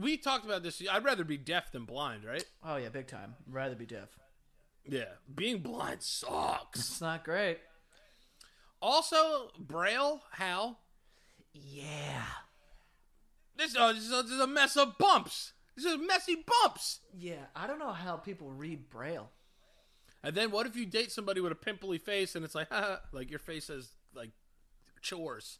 We talked about this. I'd rather be deaf than blind, right?
Oh yeah, big time. rather be deaf.
Yeah, being blind sucks.
It's not great.
also, braille. How
Yeah.
this? Oh, this, is a, this is a mess of bumps. This is messy bumps.
Yeah, I don't know how people read braille.
And then what if you date somebody with a pimply face and it's like, (laughs) Haha, like your face says like chores.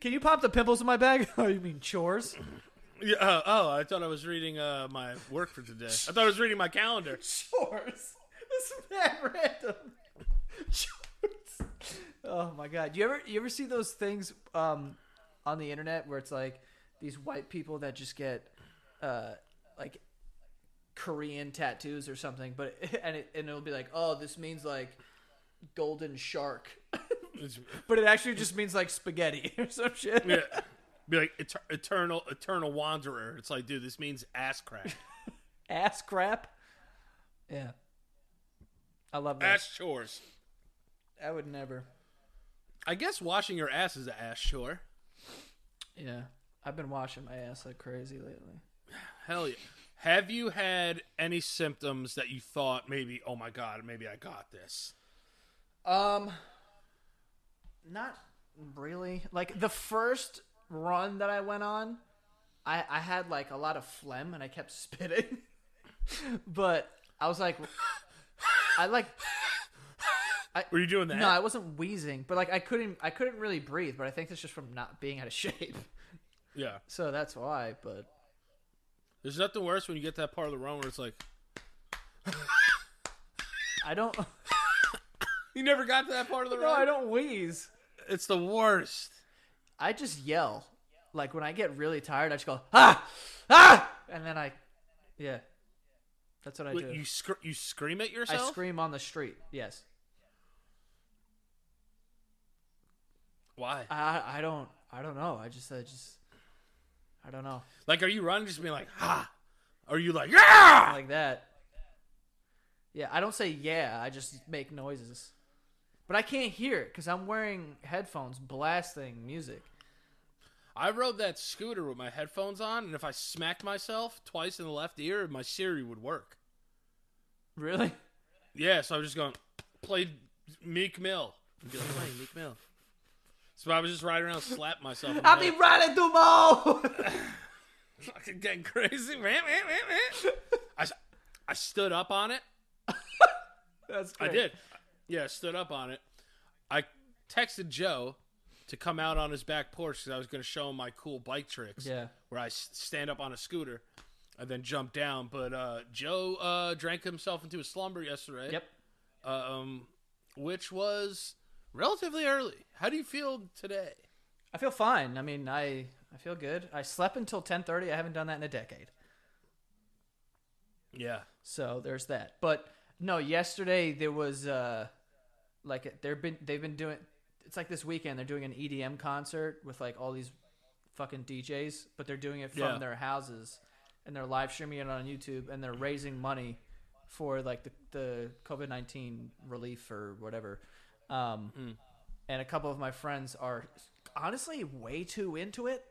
Can you pop the pimples in my bag? (laughs) oh, you mean chores?
(laughs) Yeah, uh, oh, I thought I was reading uh, my work for today. I thought I was reading my calendar.
Chores. This is mad random. Chores. Oh my god. You ever you ever see those things um on the internet where it's like these white people that just get uh like Korean tattoos or something, but (laughs) and it and it'll be like, oh, this means like golden shark. (laughs)
It's-
But it actually just means like spaghetti (laughs) or some shit.
yeah. Be like "Eter- eternal, eternal wanderer. It's like, dude, this means ass crack,
Ass crap. Yeah. I love that.
ass chores.
I would never.
I guess washing your ass is an ass chore.
Yeah. I've been washing my ass like crazy lately.
Hell yeah. Have you had any symptoms that you thought maybe, oh my god, maybe I got this?
Um not really. Like the first run that I went on, I I had like a lot of phlegm and I kept (laughs) spitting. but I was like I like
Were you doing that?
no, I wasn't wheezing, but like I couldn't I couldn't really breathe, but I think that's just from not being out of shape. (laughs)
yeah.
So that's why, but
There's nothing worse when you get to that part of the run where it's like,
I don't (laughs)
You never got to that part of the
No, I don't wheeze.
It's the worst.
I just yell. Like when I get really tired, I just go ah ah, and then I, yeah, that's what I
Wait,
do.
you sc- you scream at
I
yourself.
scream on the street. Yes,
Why?
I I don't I don't know. I just I just I don't know
Like, are you running just being like ha? Are you like yeah?
like that. Yeah, I don't say yeah. I just make noises, but I can't hear it because I'm wearing headphones, blasting music.
I rode that scooter with my headphones on, and if I smacked myself twice in the left ear, my Siri would work.
Really?
Yeah, so I was just going play Meek Mill. I'd be like, play Meek Mill. So I was just riding around, slapping myself. in the
I
head.
be riding through my
fucking (laughs) getting crazy. Wah, wah, wah, wah. I, s- I stood up on it.
(laughs) That's
I did. Yeah, I stood up on it. I texted Joe to come out on his back porch because I was going to show him my cool bike tricks.
Yeah.
Where I s- stand up on a scooter and then jump down. But uh, Joe uh, drank himself into a slumber yesterday.
Yep.
Um, which was relatively early. How do you feel today?
I feel fine. I mean, I I feel good. I slept until 10:30. I haven't done that in a decade.
Yeah.
So there's that. But no, yesterday there was uh like they've been they've been doing it's like this weekend they're doing an EDM concert with like all these fucking DJs, but they're doing it from
Yeah.
their houses and they're live streaming it on YouTube and they're raising money for like the the COVID-19 relief or whatever. Um and a couple of my friends are honestly way too into it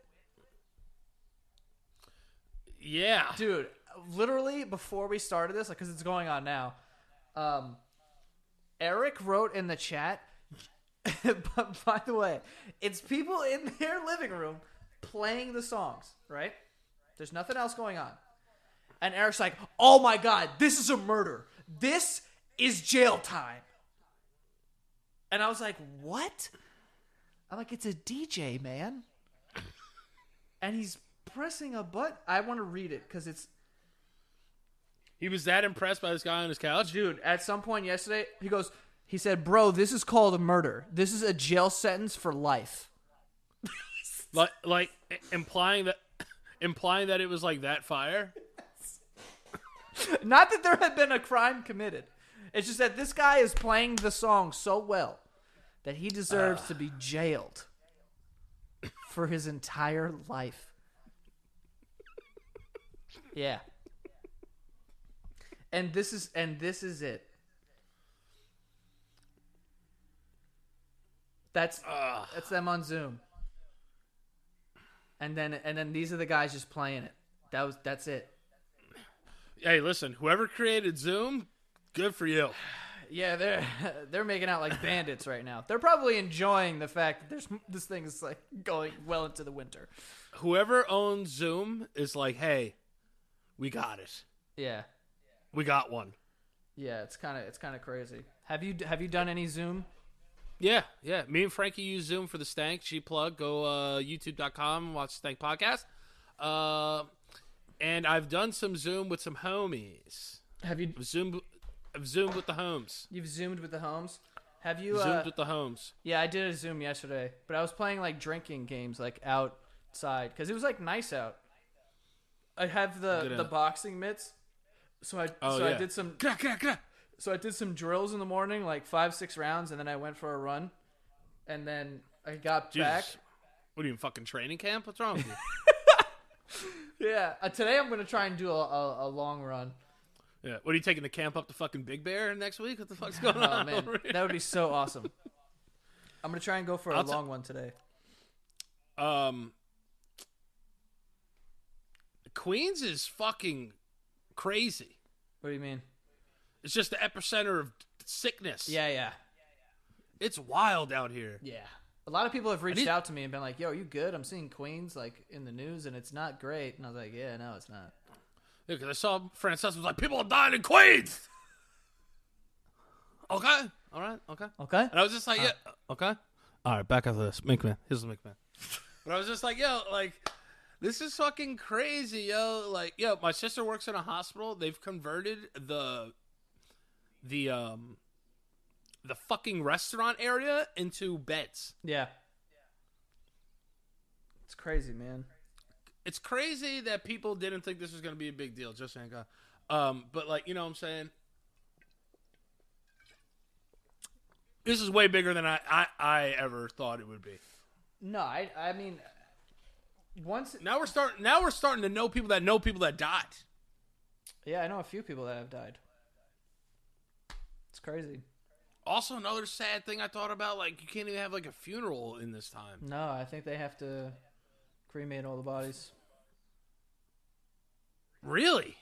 Yeah.
dude literally before we started this because it's going on now um eric wrote in the chat (laughs) but by the way it's people in their living room playing the songs right there's nothing else going on and eric's like oh my god this is a murder this is jail time and i was like what i'm like it's a dj man and he's pressing a button i want to read it because it's
He was that impressed by this guy on his couch.
Dude, at some point yesterday, he goes, he said, Bro, this is called a murder. This is a jail sentence for life.
Like, like i- implying that, (laughs) implying that it was like that fire.
(laughs) Not that there had been a crime committed. It's just that this guy is playing the song so well that he deserves to be jailed for his entire life. Yeah. And this is and this is it. That's
Ugh.
That's them on Zoom. And then and then these are the guys just playing it. That was that's it.
Hey, listen, whoever created Zoom, good for you.
Yeah, they're (laughs) they're making out like bandits right now. They're probably enjoying the fact that there's this thing is like going well into the winter.
Whoever owns Zoom is like, hey, we got it.
Yeah.
We got one.
Yeah, it's kind of it's kind of crazy. Have you have you done any Zoom?
Yeah, yeah. Me and Frankie use Zoom for the Stank. She plug. Go uh, YouTube.com, watch Stank podcast. Uh, and I've done some Zoom with some homies.
Have you
I've Zoom, I've Zoomed with the homes.
you've zoomed with the homes? Have you uh,
Zoomed with the homes.
Yeah, I did a Zoom yesterday, but I was playing like drinking games like outside because it was like nice out. I have the
Good
the
enough.
boxing mitts, so I
Oh,
so I
yeah.
did some
Gra, gra, gra.
so I did some drills in the morning, like five six rounds, and then I went for a run, and then I got
Jesus.
back.
What are you in fucking training camp? What's wrong
(laughs)
with you?
Yeah, uh, today I'm gonna try and do a, a, a long
(laughs)
run.
yeah. What are you taking the camp up to fucking Big Bear next week? What the fuck's going
Oh
on?
man,
over here?
that would be so awesome. I'm gonna try and go for a
I'll t-
long one today.
Um, Queens is fucking crazy.
What do you mean?
It's just the epicenter of sickness.
Yeah, yeah,
it's wild out here.
Yeah. A lot of people have reached
need-
out to me and been like, "Yo, are you good? I'm seeing Queens like in the news and it's not great." And I was like, "Yeah, no, it's not."
Because I saw Frances was like, people are dying in Queens. (laughs) Okay, all right, okay.
Okay.
And I was just like, yeah, okay. All right, back after this. McMahon, here's the McMahon. but I was just like, yo, like, this is fucking crazy, yo. Like, yo, my sister works in a hospital. They've converted the, the, um, the fucking restaurant area into beds.
Yeah. It's crazy, man.
It's crazy that people didn't think this was going to be a big deal. Just saying, God. Um, but like, you know what I'm saying? This is way bigger than I, I, I ever thought it would be.
No, I I mean once
Now we're starting. Now we're starting to know people that know people that died.
Yeah, I know a few people that have died. It's crazy.
Also, another sad thing I thought about: like you can't even have like a funeral in this time.
No, I think they have to cremate all the bodies.
Really?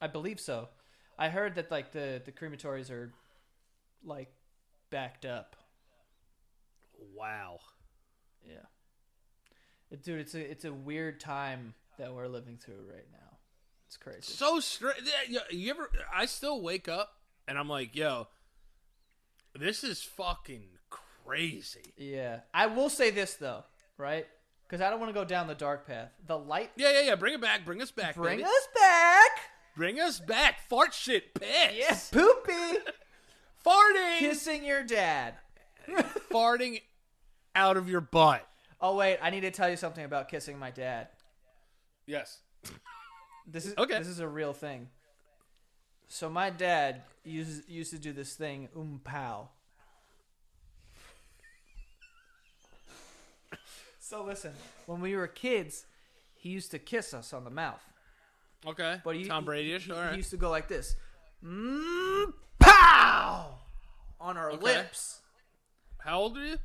I believe so. I heard that like the the crematories are like backed up.
Wow.
Yeah. It- Dude, it's a it's a weird time that we're living through right now. It's crazy.
so straight. You ever? I still wake up and I'm like, yo, this is fucking crazy.
yeah. I will say this though, right? Because I don't want to go down the dark path. The light
Yeah, yeah, yeah. Bring it back. Bring us back.
bring
baby.
us back.
Bring us back. Fart shit piss.
Yes, poopy (laughs)
Farting. (laughs)
kissing your dad.
Farting out of your butt.
Oh wait, I need to tell you something about kissing my dad.
Yes.
This is
Okay.
This is a real thing. So my dad used used to do this thing, um pow. so listen, when we were kids, he used to kiss us on the mouth.
Okay.
But he,
Tom Brady ish.
he,
All
he
right.
used to go like this, mm, pow, on our
Okay.
lips.
How old are you?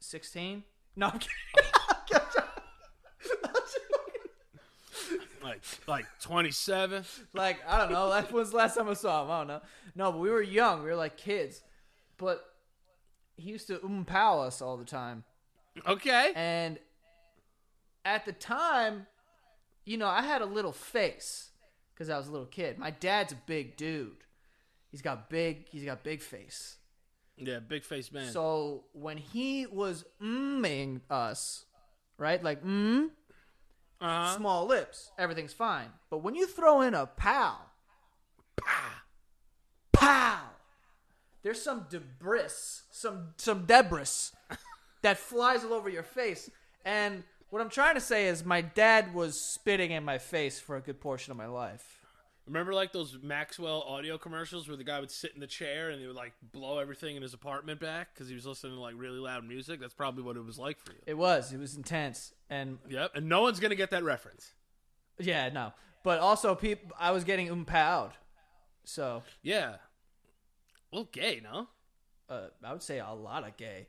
Sixteen? No, I'm kidding. I'm joking.
Like like 27.
like I don't know. That was the last time I saw him. I don't know. No, but we were young. We were like kids. But he used to um pow us all the time.
Okay.
And at the time, you know, I had a little face because I was a little kid. My dad's a big dude. He's got big. He's got big face.
Yeah, big face man.
So when he was mming us, right, like mm,
uh-huh.
small lips, everything's fine. But when you throw in a pow, pow, there's some debris, some some debris that flies all over your face. And what I'm trying to say is, my dad was spitting in my face for a good portion of my life.
Remember like those Maxwell audio commercials where the guy would sit in the chair and they would like blow everything in his apartment back because he was listening to like really loud music? That's probably what it was like for you.
It was, it was intense, and
Yep. And no one's going to get that reference.
yeah, no. But also, peop- I was getting umpowed, so
Yeah. Well, gay, no?
uh, I would say a lot of gay.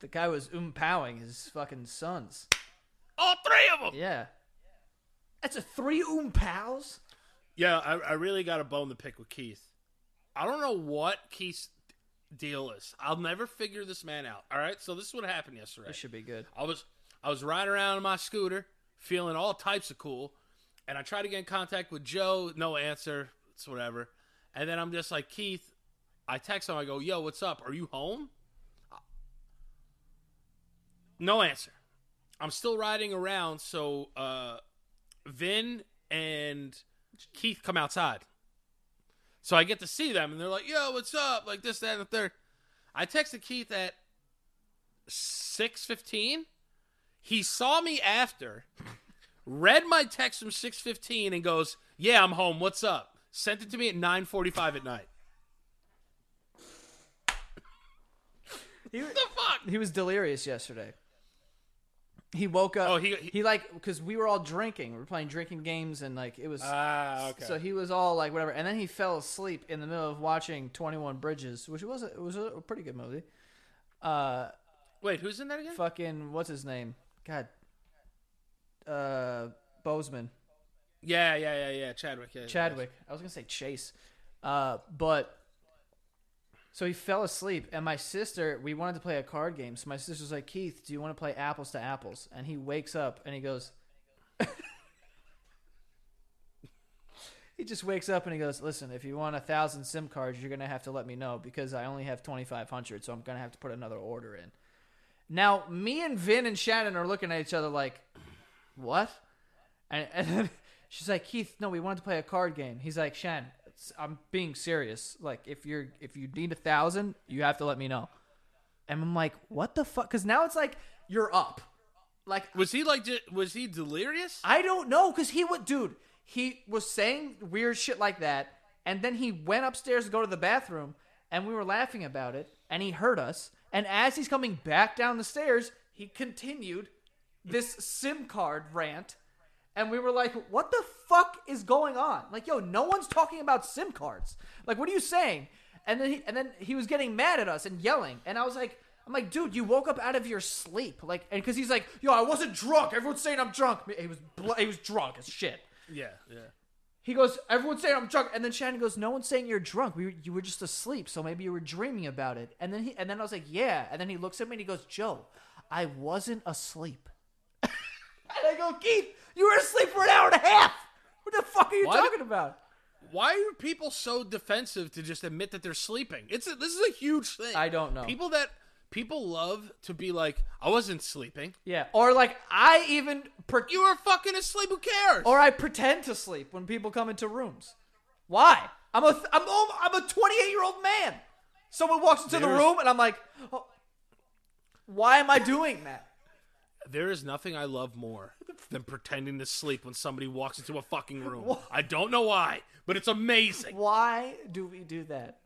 the guy was umpowing his fucking sons.
All three of them.
Yeah. That's a three oom pals?
Yeah, I, I really got a bone to pick with Keith. I don't know what Keith's deal is. I'll never figure this man out. All right, so this is what happened yesterday.
This should be good.
I was I was riding around in my scooter, feeling all types of cool, and I tried to get in contact with Joe. No answer. It's whatever. And then I'm just like Keith. I text him. I go, "Yo, what's up? Are you home?" No answer. I'm still riding around. So uh, Vin and Keith come outside. So I get to see them, and they're like, "Yo, what's up?" Like this, that, and the third. I texted Keith at six fifteen. He saw me after, read my text from six fifteen, and goes, "Yeah, I'm home. What's up?" Sent it to me at nine forty five at night.
He,
The fuck?
he was delirious yesterday. He woke up.
Oh, he- he-
he like, because we were all drinking. We were playing drinking games, and like, it was.
Ah,
So he was all like, whatever. And then he fell asleep in the middle of watching 21 Bridges, which was a, it was a pretty good movie. Uh,
Wait, who's in that again?
fucking, what's his name? God. Uh, Bozeman.
Yeah, yeah, yeah, yeah. Chadwick. Yeah, yeah.
Chadwick. I was gonna say Chase, uh, but so he fell asleep, and my sister. We wanted to play a card game, so my sister's like, "Keith, do you want to play apples to apples?" And he wakes up and he goes. (laughs) He just wakes up and he goes, "Listen, if you want a thousand SIM cards, you're gonna have to let me know because I only have twenty five hundred, so I'm gonna have to put another order in." Now, me and Vin and Shannon are looking at each other like, "What?" And, and then (laughs) she's like, Keith, no, we wanted to play a card game. He's like, Shan, it's- I'm being serious. Like, if you're if you need a thousand, you have to let me know. And I'm like, what the fuck? Because now it's like you're up. Like
Was he like? de- Was he delirious?
I don't know, because he would, dude. He was saying weird shit like that, and then he went upstairs to go to the bathroom, and we were laughing about it, and he heard us. And as he's coming back down the stairs, he continued this SIM card rant, and we were like, "What the fuck is going on? Like, yo, no one's talking about SIM cards. Like, what are you saying?" And then, he, and then he was getting mad at us and yelling, and I was like. I'm like, dude, you woke up out of your sleep, like, and because he's like, yo, I wasn't drunk. Everyone's saying I'm drunk. He was, bl- he was drunk as shit.
Yeah, yeah.
He goes, everyone's saying I'm drunk, and then Shannon goes, no one's saying you're drunk. We, were- you were just asleep, so maybe you were dreaming about it. And then he, and then I was like, yeah. (laughs) And then he looks at me and he goes, Joe, I wasn't asleep. and I go, Keith, you were asleep for an hour and a half. What the fuck are you
What?
talking about?
Why are people so defensive to just admit that they're sleeping? It's a, this is a huge thing.
I don't know.
People that people love to be like, I wasn't sleeping.
Yeah, or like I even pre-
You were fucking asleep. Who cares?
or I pretend to sleep when people come into rooms. Why? I'm a th- I'm over, I'm a 28 year old man. Someone walks into the
There's-
room and I'm like, oh, why am I doing that?
there is nothing I love more than pretending to sleep when somebody walks into a fucking room. I don't know why, but it's amazing.
Why do we do that?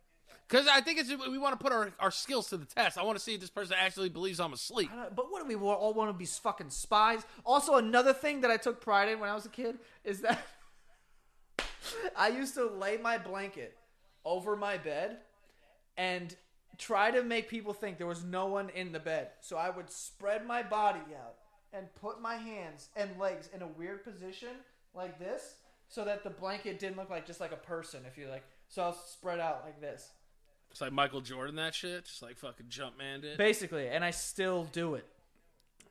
Because I think it's we want to put our, our skills to the test. I want to see if this person actually believes I'm asleep.
Uh, But what do we wa- all want to be fucking spies? Also, another thing that I took pride in when I was a kid is that (laughs) I used to lay my blanket over my bed and try to make people think there was no one in the bed. So I would spread my body out and put my hands and legs in a weird position like this so that the blanket didn't look like just like a person if you like. So I was spread out like this.
It's like Michael Jordan that shit, just like fucking jump man did.
Basically, and I still do it.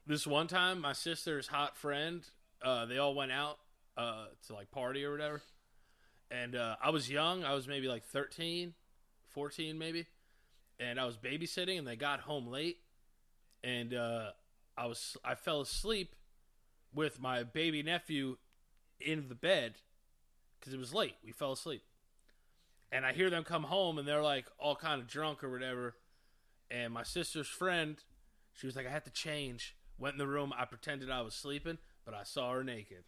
this one time my sister's hot friend uh, they all went out uh, to like party or whatever and uh, i was young i was maybe like 13 14 maybe and i was babysitting and they got home late and uh, i was i fell asleep with my baby nephew in the bed because it was late we fell asleep and i hear them come home and they're like all kind of drunk or whatever and my sister's friend she was like, I had to change. Went in the room. I pretended I was sleeping, but I saw her naked.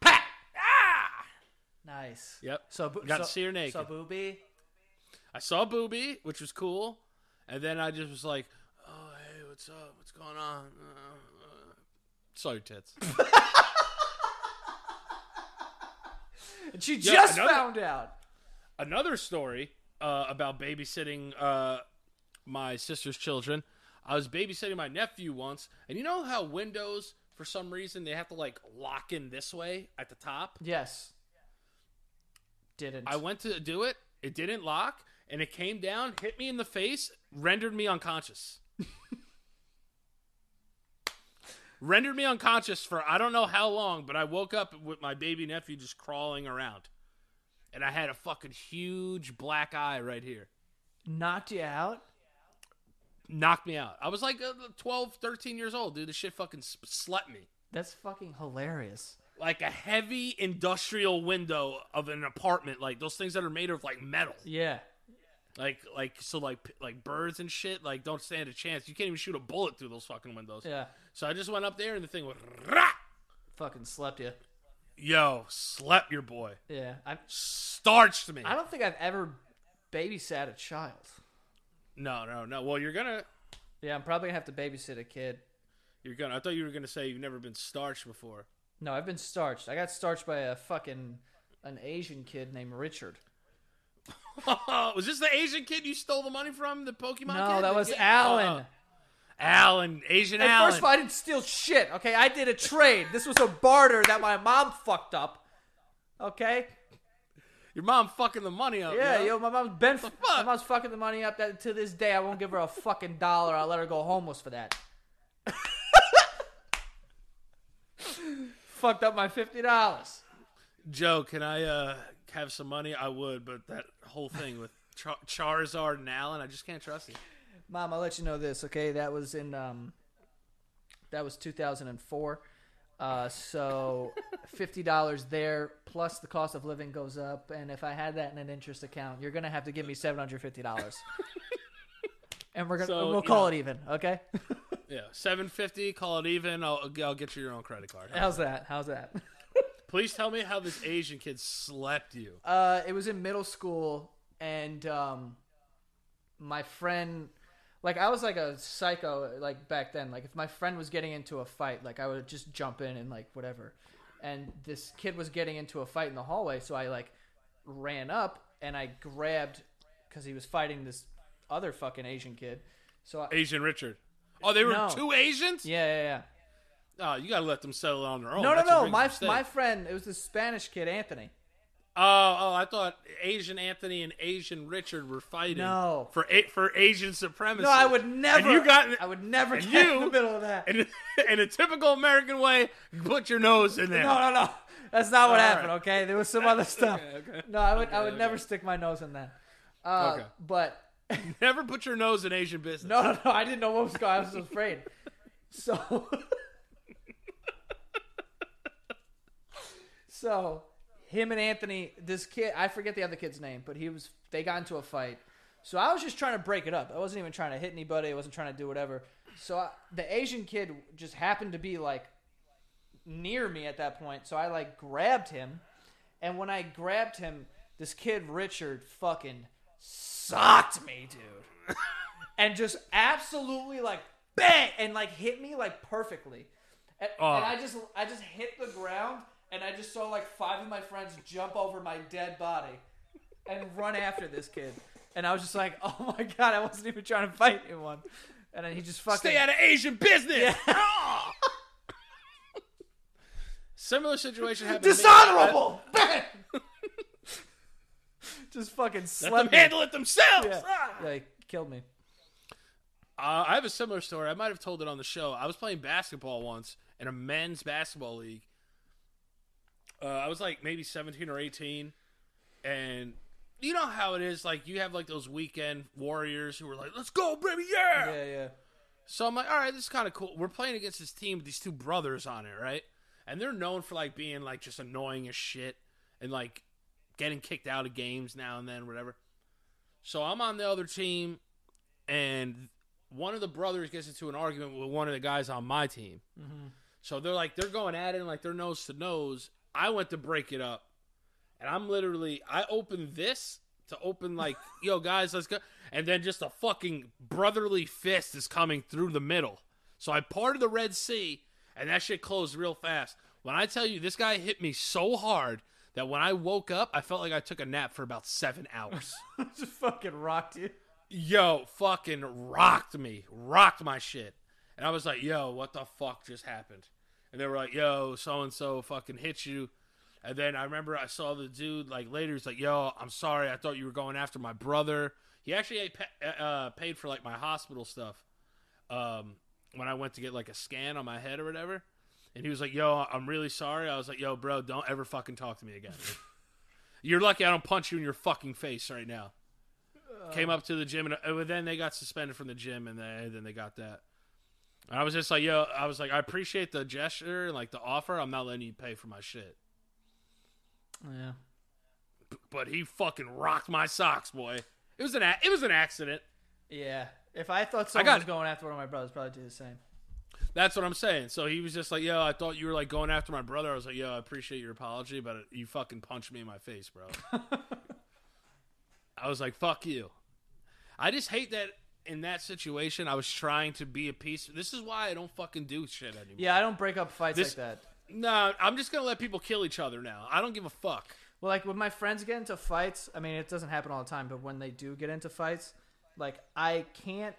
Pat! Ah! Nice.
Yep.
So bo-
Got
so,
to see her naked.
So booby.
I saw Booby, which was cool. And then I just was like, oh, hey, what's up? What's going on? Uh, uh, saw your tits. (laughs)
And she just
another-
found out.
Another story uh, about babysitting uh, my sister's children. I was babysitting my nephew once, and you know how windows, for some reason, they have to like lock in this way at the top?
Yes. Didn't.
I went to do it. It didn't lock, and it came down, hit me in the face, rendered me unconscious. rendered me unconscious for I don't know how long, but I woke up with my baby nephew just crawling around. And I had a fucking huge black eye right here.
Knocked you out?
Knocked me out. I was like uh, 12, 13 years old, dude. This shit fucking s- slept me.
That's fucking hilarious.
Like a heavy industrial window of an apartment, like those things that are made of like metal.
Yeah.
Like, like, so, like, p- like birds and shit, like, don't stand a chance. You can't even shoot a bullet through those fucking windows.
Yeah.
So I just went up there and the thing went, Rah!
Fucking slept you.
yo, slap your boy,
Yeah. I,
starched me.
I don't think I've ever babysat a child.
No, no, no. Well, you're gonna,
Yeah, I'm probably going to have to babysit a kid.
you're gonna. I thought you were gonna say you've never been starched before. (laughs)
No, I've been starched. I got starched by a fucking an Asian kid named Richard.
Was this the Asian kid you stole the money from? The Pokemon?
No, that
kid? The
was
kid-
Alan.
Uh, Alan, Asian
And
Alan.
First of all, I didn't steal shit. Okay, I did a trade. This was a barter that my mom fucked up. Okay,
your mom fucking the money up.
yeah,
yo.
yo, my mom's been, my
fuck?
mom's fucking the money up. That to this day, I won't give her a fucking dollar. I'll let her go homeless for that. (laughs) Fucked up my fifty dollars.
Joe, can I uh, have some money? I would, but that whole thing with Char- Charizard and Alan, I just can't trust you.
Mom, I'll let you know this. Okay, that was in um, that was two thousand and four. Uh, so fifty dollars there plus the cost of living goes up, and if I had that in an interest account, you're gonna have to give me seven hundred fifty dollars. and we're gonna
So,
we'll
you
call
know.
it even. Okay,
Yeah, seven fifty. Call it even. I'll, I'll get you your own credit card.
how's that? How's that?
Please tell me how this Asian kid slept you.
Uh, it was in middle school, and um, my friend, like I was like a psycho, like back then. Like if my friend was getting into a fight, like I would just jump in and like whatever. And this kid was getting into a fight in the hallway, so I like ran up and I grabbed because he was fighting this other fucking Asian kid. So I,
Asian Richard. Oh, they were
No.
two Asians.
yeah, yeah, yeah.
Oh, you gotta let them settle on their own.
No, no,
That's a
no.
big
My
mistake.
my friend, it was this Spanish kid, Anthony.
Oh, oh, I thought Asian Anthony and Asian Richard were fighting
No.
for a- for Asian supremacy.
No, I would never.
And you got
I would never
and
get in
you-
the middle of that.
(laughs) in, in a typical American way. Put your nose in
(laughs)
there.
No, no, no. That's not what
All
happened.
right.
Okay, there was some other stuff.
(laughs) okay.
No, I would. I
Okay,
would
okay.
never stick my nose in that. Uh,
Okay.
But
Never put your nose in Asian business.
no, no, no. I didn't know what was going. on. I was afraid. So. (laughs) so, him and Anthony, this kid, I forget the other kid's name, but he was. They got into a fight. So I was just trying to break it up. I wasn't even trying to hit anybody. I wasn't trying to do whatever. So I, the Asian kid just happened to be like near me at that point. So I like grabbed him, and when I grabbed him, this kid Richard fucking socked me,
(laughs)
dude, and just absolutely like bang and like hit me like perfectly, and,
Oh.
and I just I just hit the ground, and I just saw like five of my friends jump over my dead body and run after this kid. And I was just like, (laughs) oh my god, I wasn't even trying to fight anyone. And then he just fucking
Stay out of Asian business. Ah! (laughs) Similar situation happened. to me.
dishonorable. Bang! (laughs) just fucking
Let,
slept
them
me.
handle it themselves.
Yeah.
Ah!
yeah, he killed me.
Uh, I have a similar story. I might have told it on the show. I was playing basketball once in a men's basketball league. Uh, I was like maybe 17 or 18. And you know how it is? Like, you have like those weekend warriors who are like, let's go, baby, yeah.
Yeah, yeah.
So I'm like, all right, this is kind of cool. We're playing against this team with these two brothers on it, right? And they're known for like being like just annoying as shit and like getting kicked out of games now and then, whatever. So I'm on the other team, and one of the brothers gets into an argument with one of the guys on my team. So they're like, they're going at it, and like they're nose to nose. I went to break it up, and I'm literally, I opened this to open like, yo guys, let's go, and then just a fucking brotherly fist is coming through the middle. So I parted the Red Sea, and that shit closed real fast. When I tell you, this guy hit me so hard that when I woke up, I felt like I took a nap for about seven hours.
(laughs) just fucking rocked you.
yo, fucking rocked me, rocked my shit. And I was like, yo, what the fuck just happened? And they were like, yo, so and so fucking hit you. And then I remember I saw the dude like later. He's like, yo, I'm sorry. I thought you were going after my brother. He actually ate pa- uh, uh, paid for like my hospital stuff um, when I went to get like a scan on my head or whatever. And he was like, yo, I'm really sorry. I was like, yo, bro, don't ever fucking talk to me again. You're lucky I don't punch you in your fucking face right now came up to the gym and uh, but then they got suspended from the gym and then, then they got that and i was just like yo i was like i appreciate the gesture and like the offer i'm not letting you pay for my shit
Yeah.
B- but he fucking rocked my socks boy it was an a- it was an accident
Yeah. If I thought someone
got-
was going after one of my brothers, probably do the same.
that's what i'm saying so he was just like yo i thought you were like going after my brother i was like yo i appreciate your apology but you fucking punched me in my face bro i was like fuck you i just hate that in that situation i was trying to be a piece this is why i don't fucking do shit anymore
Yeah, I don't break up fights
This-
like that.
No, I'm just gonna let people kill each other now. I don't give a fuck.
Well, like when my friends get into fights, I mean, it doesn't happen all the time, but when they do get into fights, like I can't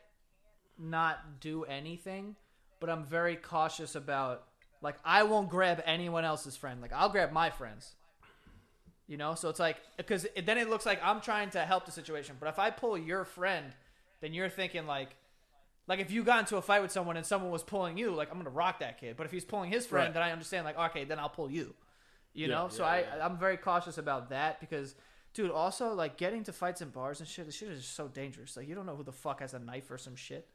not do anything, but I'm very cautious about like I won't grab anyone else's friend. Like I'll grab my friends. You know, so it's like because it, then it looks like I'm trying to help the situation, but if I pull your friend, then you're thinking like like if you got into a fight with someone and someone was pulling you, like I'm gonna rock that kid. But if he's pulling his friend,
Right.
then I understand like okay, then I'll pull you. You
Yeah,
know, so
yeah,
I
yeah.
I'm very cautious about that because, dude, also like getting to fights in bars and shit, this shit is so dangerous. Like you don't know who the fuck has a knife or some shit.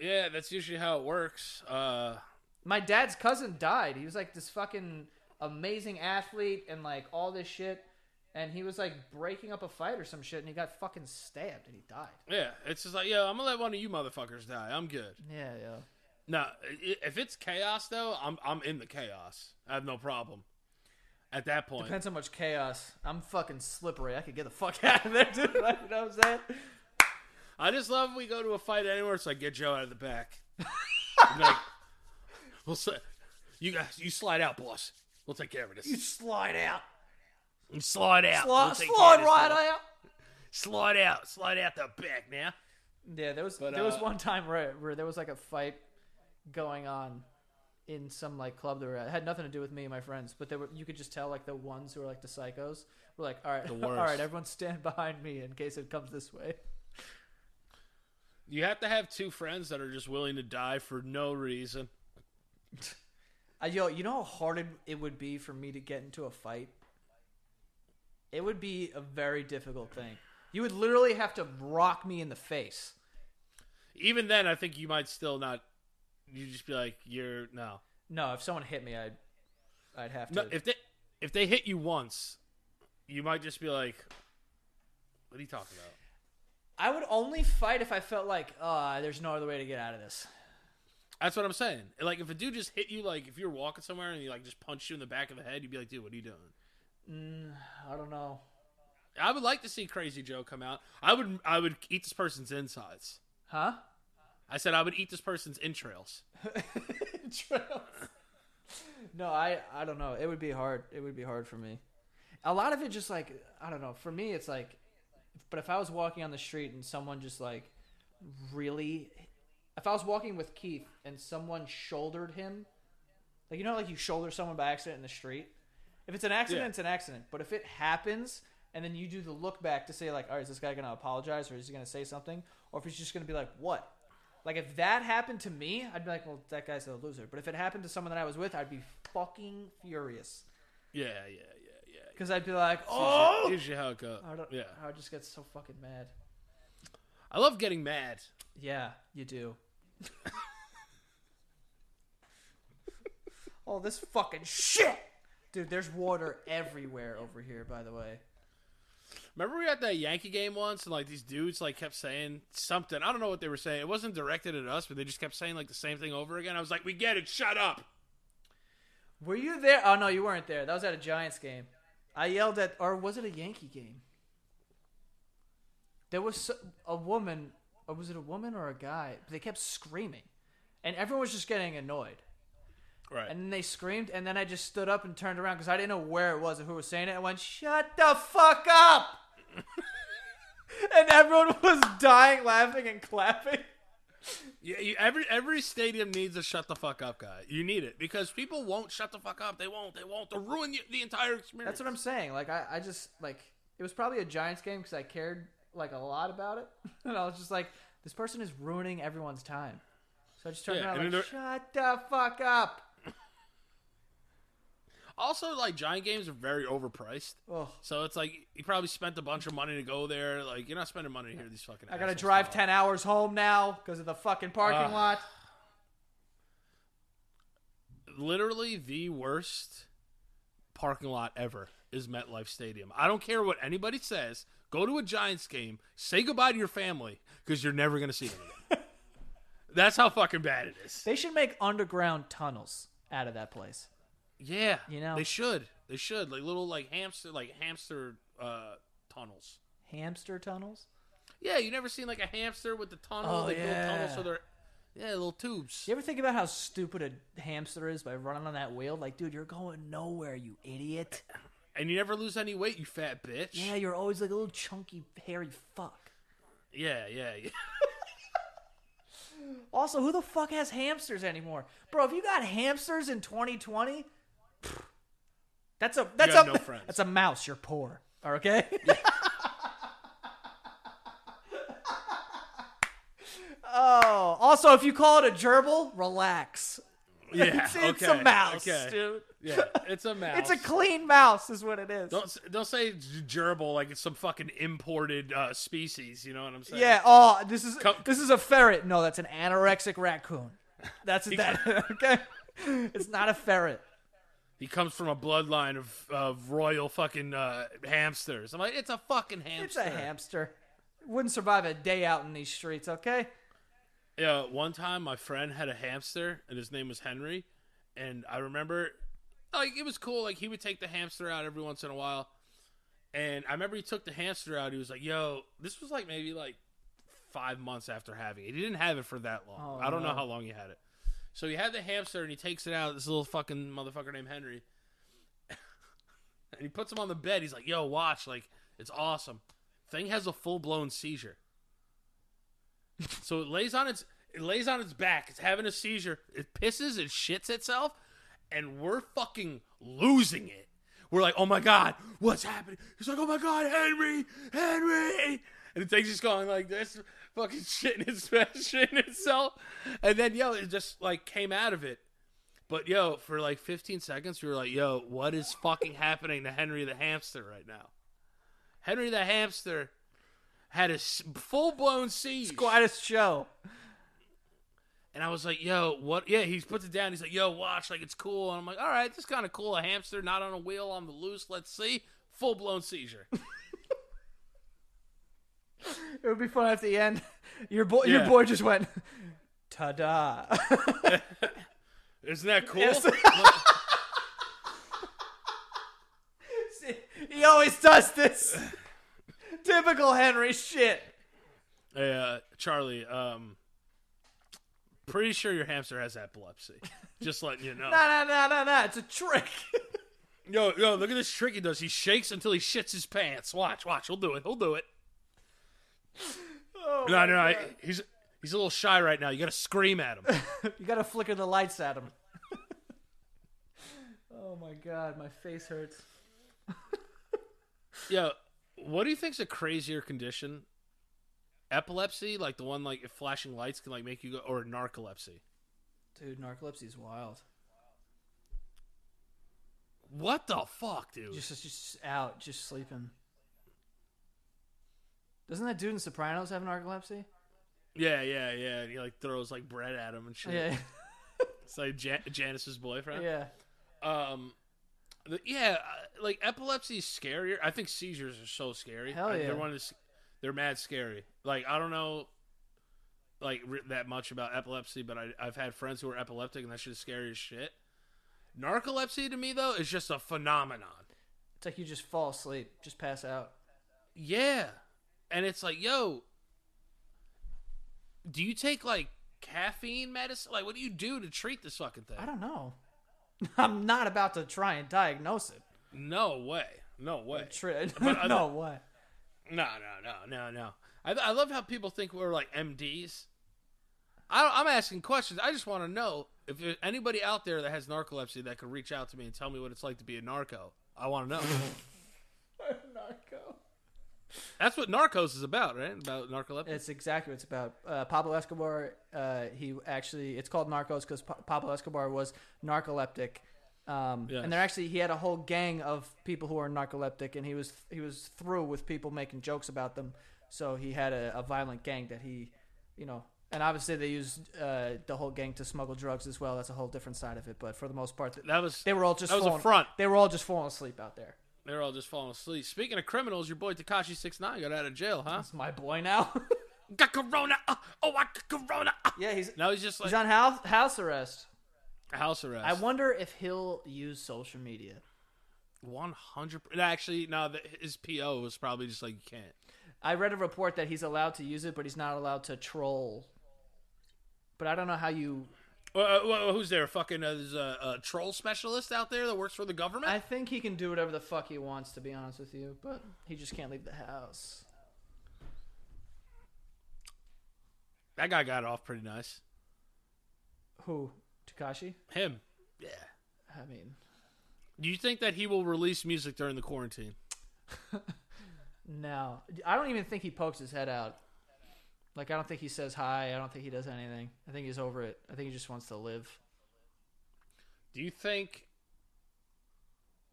Yeah, that's usually how it works. Uh,
My dad's cousin died. He was like this fucking amazing athlete and like all this shit, and he was like breaking up a fight or some shit, and he got fucking stabbed and he died.
yeah, it's just like, yo, I'm gonna let one of you motherfuckers die. I'm good.
Yeah, yeah.
No, i- if it's chaos though, I'm I'm in the chaos. I have no problem. At that point,
Depends how much chaos. I'm fucking slippery. I could get the fuck (laughs) out of there, dude. Like, you know what I'm saying?
I just love we go to a fight anywhere. It's like get Joe out of
(laughs)
the back. I'm like, we'll sli- you guys, you slide out, boss. We'll take care of this.
You slide out.
You slide out.
Slide,
We'll take care of
slide
this,
right
boss.
out.
Slide out. Slide out the back now.
Yeah, there was
But,
there was
uh,
one time where where there was like a fight going on, in some like club that we were at. It had nothing to do with me and my friends, but they were you could just tell like the ones who were like the psychos were like, all right, (laughs)
The
all
worst.
right, everyone stand (laughs) behind me in case it comes this way.
You have to have two friends that are just willing to die for no reason.
I, Uh, yo, you know how hard it, it would be for me to get into a fight? It would be a very difficult thing. You would literally have to rock me in the face.
Even then, I think you might still not. You just be like, you're no,
No, if someone hit me, I'd, I'd have to.
no. If they if they hit you once, you might just be like, what are you talking about?
I would only fight if I felt like, uh, there's no other way to get out of this.
That's what I'm saying. Like, if a dude just hit you, like if you were walking somewhere and he like just punched you in the back of the head, you'd be like, dude, what are you doing?
I don't know.
I would like to see Crazy Joe come out. I would I would eat this person's insides.
(laughs) Huh?
I said I would eat this person's entrails.
Trails. no, I I don't know. It would be hard. It would be hard for me. A lot of it just like I don't know. For me, it's like, but if I was walking on the street and someone just like really, if I was walking with Keith and someone shouldered him, like you know, like you shoulder someone by accident in the street. If it's an accident,
Yeah.
it's an accident. But if it happens and then you do the look back to say like, all right, is this guy gonna apologize or is he gonna say something, or if he's just gonna be like, what? Like if that happened to me, I'd be like, well, that guy's a loser. But if it happened to someone that I was with, I'd be fucking furious
Yeah, yeah, yeah, yeah.
because I'd be like,
Usually-
oh,
usually how it goes.
I don't,
Yeah,
I would just get so fucking mad.
I love getting mad.
Yeah, you do. oh, this fucking shit, dude. There's water everywhere over here. By the way,
Remember we were at that Yankee game once, and like these dudes like kept saying something. I don't know what they were saying. It wasn't directed at us, but they just kept saying like the same thing over again. I was like, "We get it. Shut up."
were you there? Oh no, you weren't there. That was at a Giants game. I yelled at, or was it a Yankee game? There was so- a woman, or was it a woman or a guy? They kept screaming, and everyone was just getting annoyed.
Right.
And then they screamed, and then I just stood up and turned around because I didn't know where it was and who was saying it. I went, "Shut the fuck up!" (laughs) and everyone was dying, laughing and clapping.
yeah, you, every every stadium needs a shut the fuck up guy. You need it because people won't shut the fuck up. They won't. They won't. They'll ruin you, the entire experience.
That's what I'm saying. Like I, I just like it was probably a Giants game because I cared like a lot about it, (laughs) and I was just like, "This person is ruining everyone's time." So I just turned
Yeah,
around
and
and
then
like, "Shut the fuck up!"
Also, like giant games are very overpriced.
Ugh.
So it's like you probably spent a bunch of money to go there. Like you're not spending money to hear these fucking.
I gotta
assholes
drive
talk.
ten hours home now because of the fucking parking
Ugh.
lot.
literally the worst parking lot ever is MetLife Stadium. I don't care what anybody says. Go to a Giants game, say goodbye to your family because you're never going to see them again. That's how fucking bad it is.
They should make underground tunnels out of that place.
Yeah,
You know-
they should. They should like little like hamster like hamster uh, tunnels.
Hamster tunnels?
Yeah, you never seen like a hamster with the tunnel?
Oh,
they build tunnels
yeah.
so they're yeah little tubes.
Do you ever think about how stupid a hamster is by running on that wheel? Like, dude, you're going nowhere, you idiot.
And you never lose any weight, you fat bitch.
Yeah, you're always like a little chunky, hairy fuck.
yeah, yeah. yeah.
Also, who the fuck has hamsters anymore? Bro, if you got hamsters in 2020, pfft, that's a that's
have
a (laughs)
no friends.
that's a mouse. You're poor. Or Okay. (laughs) oh, also, if you call it a gerbil, relax. (laughs)
Yeah,
it's, it's
okay,
a mouse,
okay.
dude.
Yeah, it's a
(laughs)
mouse.
It's a clean mouse, is what it is.
Don't s- don't say g- gerbil like it's some fucking imported uh, species. You know what I'm saying?
yeah. Oh, this is
Come-
this is a ferret. No, that's an anorexic raccoon.
(laughs)
That's that. (laughs) Okay, it's not a ferret.
He comes from a bloodline of of royal fucking uh, hamsters. I'm like, it's a fucking
It's
hamster.
a hamster. Wouldn't survive a day out in these streets. Okay.
Yeah. One time, my friend had a hamster, and his name was Henry. And I remember, like, it was cool. Like, he would take the hamster out every once in a while. And I remember he took the hamster out. He was like, "Yo, this was like maybe like five months after having it. He didn't have it for that long.
Oh,
I don't know
no.
how long he had it. So he had the hamster and he takes it out. This little fucking motherfucker named Henry, (laughs) and he puts him on the bed. He's like, "Yo, watch, like it's awesome." Thing has a full blown seizure. so it lays on its It lays on its back. It's having a seizure. It pisses. It shits itself, and we're fucking losing it. We're like, oh my god, what's happening? He's like, oh my god, Henry, Henry, and the thing's just going like this, fucking shitting (laughs) its shitting itself, and then yo, it just like came out of it. But yo, for like 15 seconds, we were like, yo, what is fucking happening to Henry the hamster right now? Henry the hamster had a full blown siege.
Quietest show.
And I was like, yo, what? Yeah, he puts it down. He's like, yo, watch, like it's cool. And I'm like, all right, this is kind of cool. A hamster not on a wheel, on the loose. Let's see. Full blown seizure.
It would be fun at the end. Your boy, your
Yeah.
boy just went, ta-da.
(laughs)
(laughs)
Isn't that cool? (laughs)
Yes. he always does this. Typical Henry shit.
Hey, uh, Charlie, um, pretty sure your hamster has epilepsy. Just letting you know.
Nah, nah, nah, nah, nah. It's a trick. (laughs)
Yo, yo, look at this trick he does. He shakes until he shits his pants. Watch, watch. He'll do it. He'll do it.
Oh
No,
my
no, I,
God.
he's he's a little shy right now. You got to scream at him.
You gotta flicker the lights at him. (laughs) oh my god, my face hurts.
Yo, what do you think's a crazier condition? Epilepsy, like the one like if flashing lights can like make you go, or narcolepsy.
Dude, narcolepsy's wild.
What the fuck, dude?
Just, just out, just sleeping. Doesn't that dude in Sopranos have narcolepsy?
Yeah, yeah, yeah. And he like throws like bread at him and shit.
Yeah, (laughs)
It's like Jan- Janice's boyfriend.
yeah.
Um, the, yeah, uh, like epilepsy is scarier. I think seizures are so scary.
Hell
I-
yeah.
they're one of the, s- they're mad scary. Like I don't know, like re- that much about epilepsy, but I, I've had friends who are epileptic, and that shit is scary as shit. Narcolepsy to me though is just a phenomenon.
It's like you just fall asleep, just pass out.
Yeah, and it's like, yo, do you take like caffeine medicine? Like, what do you do to treat this fucking thing?
I don't know. (laughs) I'm not about to try and diagnose it.
No way. No way.
(laughs) Tri-
I-
no, what?
No, no, no, no, no. I, I love how people think we're like MDs. I, I'm asking questions. I just want to know if there's anybody out there that has narcolepsy that could reach out to me and tell me what it's like to be a narco. I want (laughs) to know.
Narco.
That's what Narcos is about, right? About narcolepsy.
It's exactly what it's about. Uh, Pablo Escobar. Uh, he actually, it's called Narcos because pa- Pablo Escobar was narcoleptic, um,
Yes.
and they're actually he had a whole gang of people who are narcoleptic, and he was he was through with people making jokes about them. So he had a, a violent gang that he, you know, and obviously they used uh, the whole gang to smuggle drugs as well. That's a whole different side of it. But for the most part, th-
That was
they
they,
were all just
that was a
falling,
front.
They were all just falling asleep out there.
were all just falling asleep. Speaking of criminals, your boy Takashi Six Nine got out of jail, huh?
That's my boy now. (laughs)
Got corona. uh, oh, I got corona. uh.
yeah, he's
Now he's just like
he's on house house arrest.
house arrest.
I wonder if he'll use social media.
One hundred. Actually, no. The, his PO was probably just like you can't.
I read a report that he's allowed to use it, but he's not allowed to troll. But I don't know how you.
Well, uh, well, who's there? Fucking uh, there's a, a troll specialist out there that works for the government.
I think he can do whatever the fuck he wants, to be honest with you. But he just can't leave the house.
that guy got off pretty nice.
Who? Takashi?
Him. Yeah.
I mean,
Do you think that he will release music during the quarantine?
no. I don't even think he pokes his head out. Like, I don't think he says hi. I don't think he does anything. I think he's over it. I think he just wants to live.
Do you think?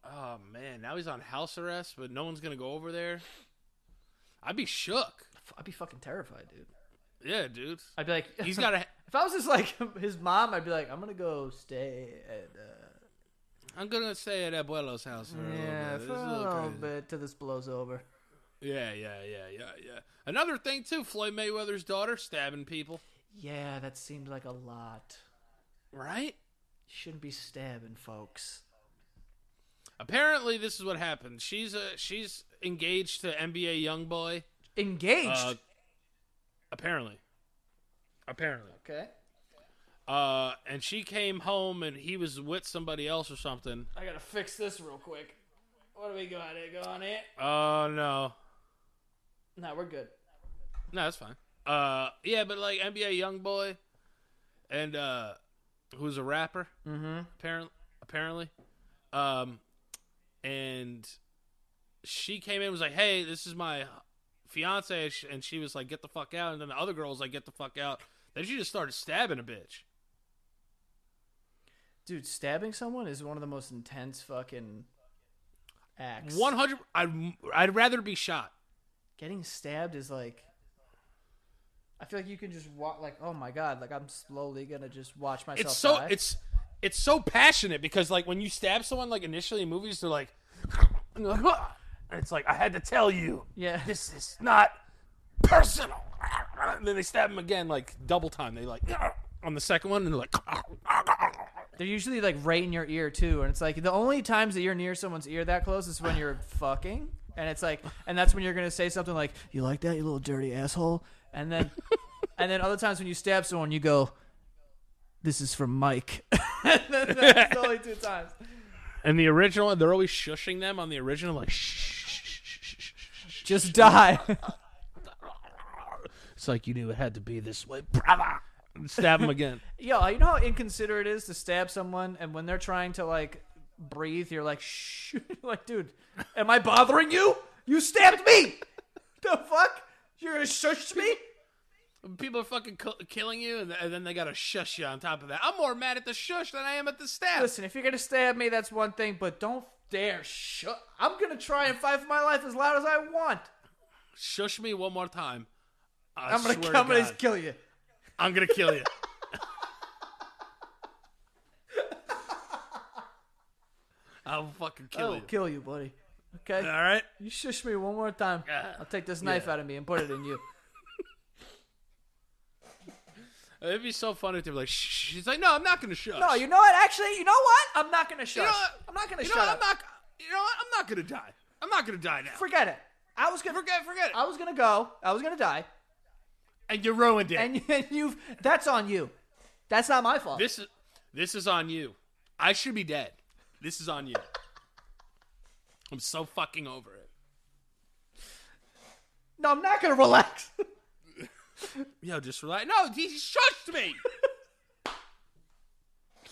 Oh man, now he's on house arrest, but no one's gonna go over there. I'd be shook.
F- I'd be fucking terrified, dude.
Yeah, dude.
I'd be like, (laughs)
He's got a.
If I was just like (laughs) his mom, I'd be like, I'm gonna go stay at. Uh,
I'm gonna stay at Abuelo's house for a
Yeah, for
little bit. This is
a
a little
little
crazy.
bit till this blows over.
Yeah, yeah, yeah, yeah, yeah. Another thing too, Floyd Mayweather's daughter stabbing people.
Yeah, that seemed like a lot.
Right.
Shouldn't be stabbing folks.
Apparently, this is what happened. She's a she's engaged to NBA YoungBoy.
Engaged.
Uh, apparently, apparently,
okay.
uh, and she came home and he was with somebody else or something.
I gotta fix this real quick. What do we got here? Go on it.
Oh no,
No, we're good.
no, that's fine. Uh, yeah, but like NBA YoungBoy, and uh, who's a rapper
Mm-hmm.
apparently. Apparently, um, and she came in and was like, "Hey, this is my fiance," and she- and she was like, "Get the fuck out!" And then the other girl was like, "Get the fuck out!" Then she just started stabbing a bitch.
Dude, stabbing someone is one of the most intense fucking acts.
One hundred. I'd I'd rather be shot.
getting stabbed is like I feel like you can just walk like oh my god like I'm slowly gonna just watch myself
it's so
die.
it's it's so passionate because like when you stab someone like initially in movies they're like, (laughs) and they're like, "Ah," and it's like I had to tell you
yeah
this is not personal. And then they stab him again like double time. They like "Ah," on the second one and they're like
they're usually like right in your ear too and it's like the only times that you're near someone's ear that close is when you're fucking and it's like and that's when you're gonna say something like you like that you little dirty asshole and then and then other times when you stab someone you go this is from Mike (laughs) that's the only two times
and the original they're always shushing them on the original like shh.
just die (laughs)
It's like you knew it had to be this way, brother. And stab him again.
Yo, you know how inconsiderate it is to stab someone, and when they're trying to like breathe, you're like, "Shh!" (laughs) like, dude, am I bothering you? You stabbed me. the fuck? You're gonna shush me?
(laughs) People are fucking kill- killing you, and, th- and then they gotta shush you on top of that. I'm more mad at the shush than I am at the stab.
Listen, if you're gonna stab me, that's one thing, but don't dare shh. I'm gonna try and fight for my life as loud as I want.
Shush me one more time. I
I'm gonna,
swear
I'm
to
gonna
God,
kill you.
I'm gonna kill you. (laughs) I'll fucking kill
I'll
you.
Oh, kill you, buddy. Okay,
All right.
you shush me one more time.
Yeah.
I'll take this knife
Yeah.
out of me and put it
(laughs)
in you.
It'd be so funny to be like, shh. She's like, no, I'm not gonna shush.
No, you know what? Actually, you know what? I'm not gonna shush.
what?
I'm not gonna
You know
shush.
what? I'm not. You know what? I'm not gonna die. I'm not gonna die now.
Forget it. I was gonna
Forget, forget it.
I was gonna go. I was gonna die,
and you ruined it.
and, (laughs) you- and you've. That's on you. That's not my fault.
This is this is on you. I should be dead. This is on you. I'm so fucking over it.
no, I'm not gonna relax. (laughs)
Yo, just relax. No, he shushed (laughs) me.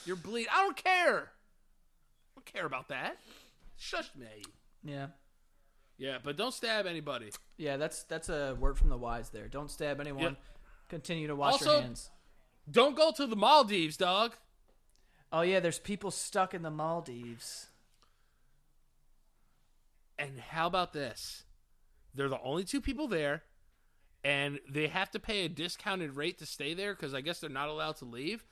You're bleed. I don't care. I don't care about that. Shush me.
yeah,
Yeah, but don't stab anybody.
yeah. That's that's a word from the wise. There. Don't stab anyone.
Yeah.
Continue to wash
Also-
your hands.
Don't go to the Maldives, dog.
Oh yeah, there's people stuck in the Maldives.
And how about this? They're the only two people there, and they have to pay a discounted rate to stay there because I guess they're not allowed to leave.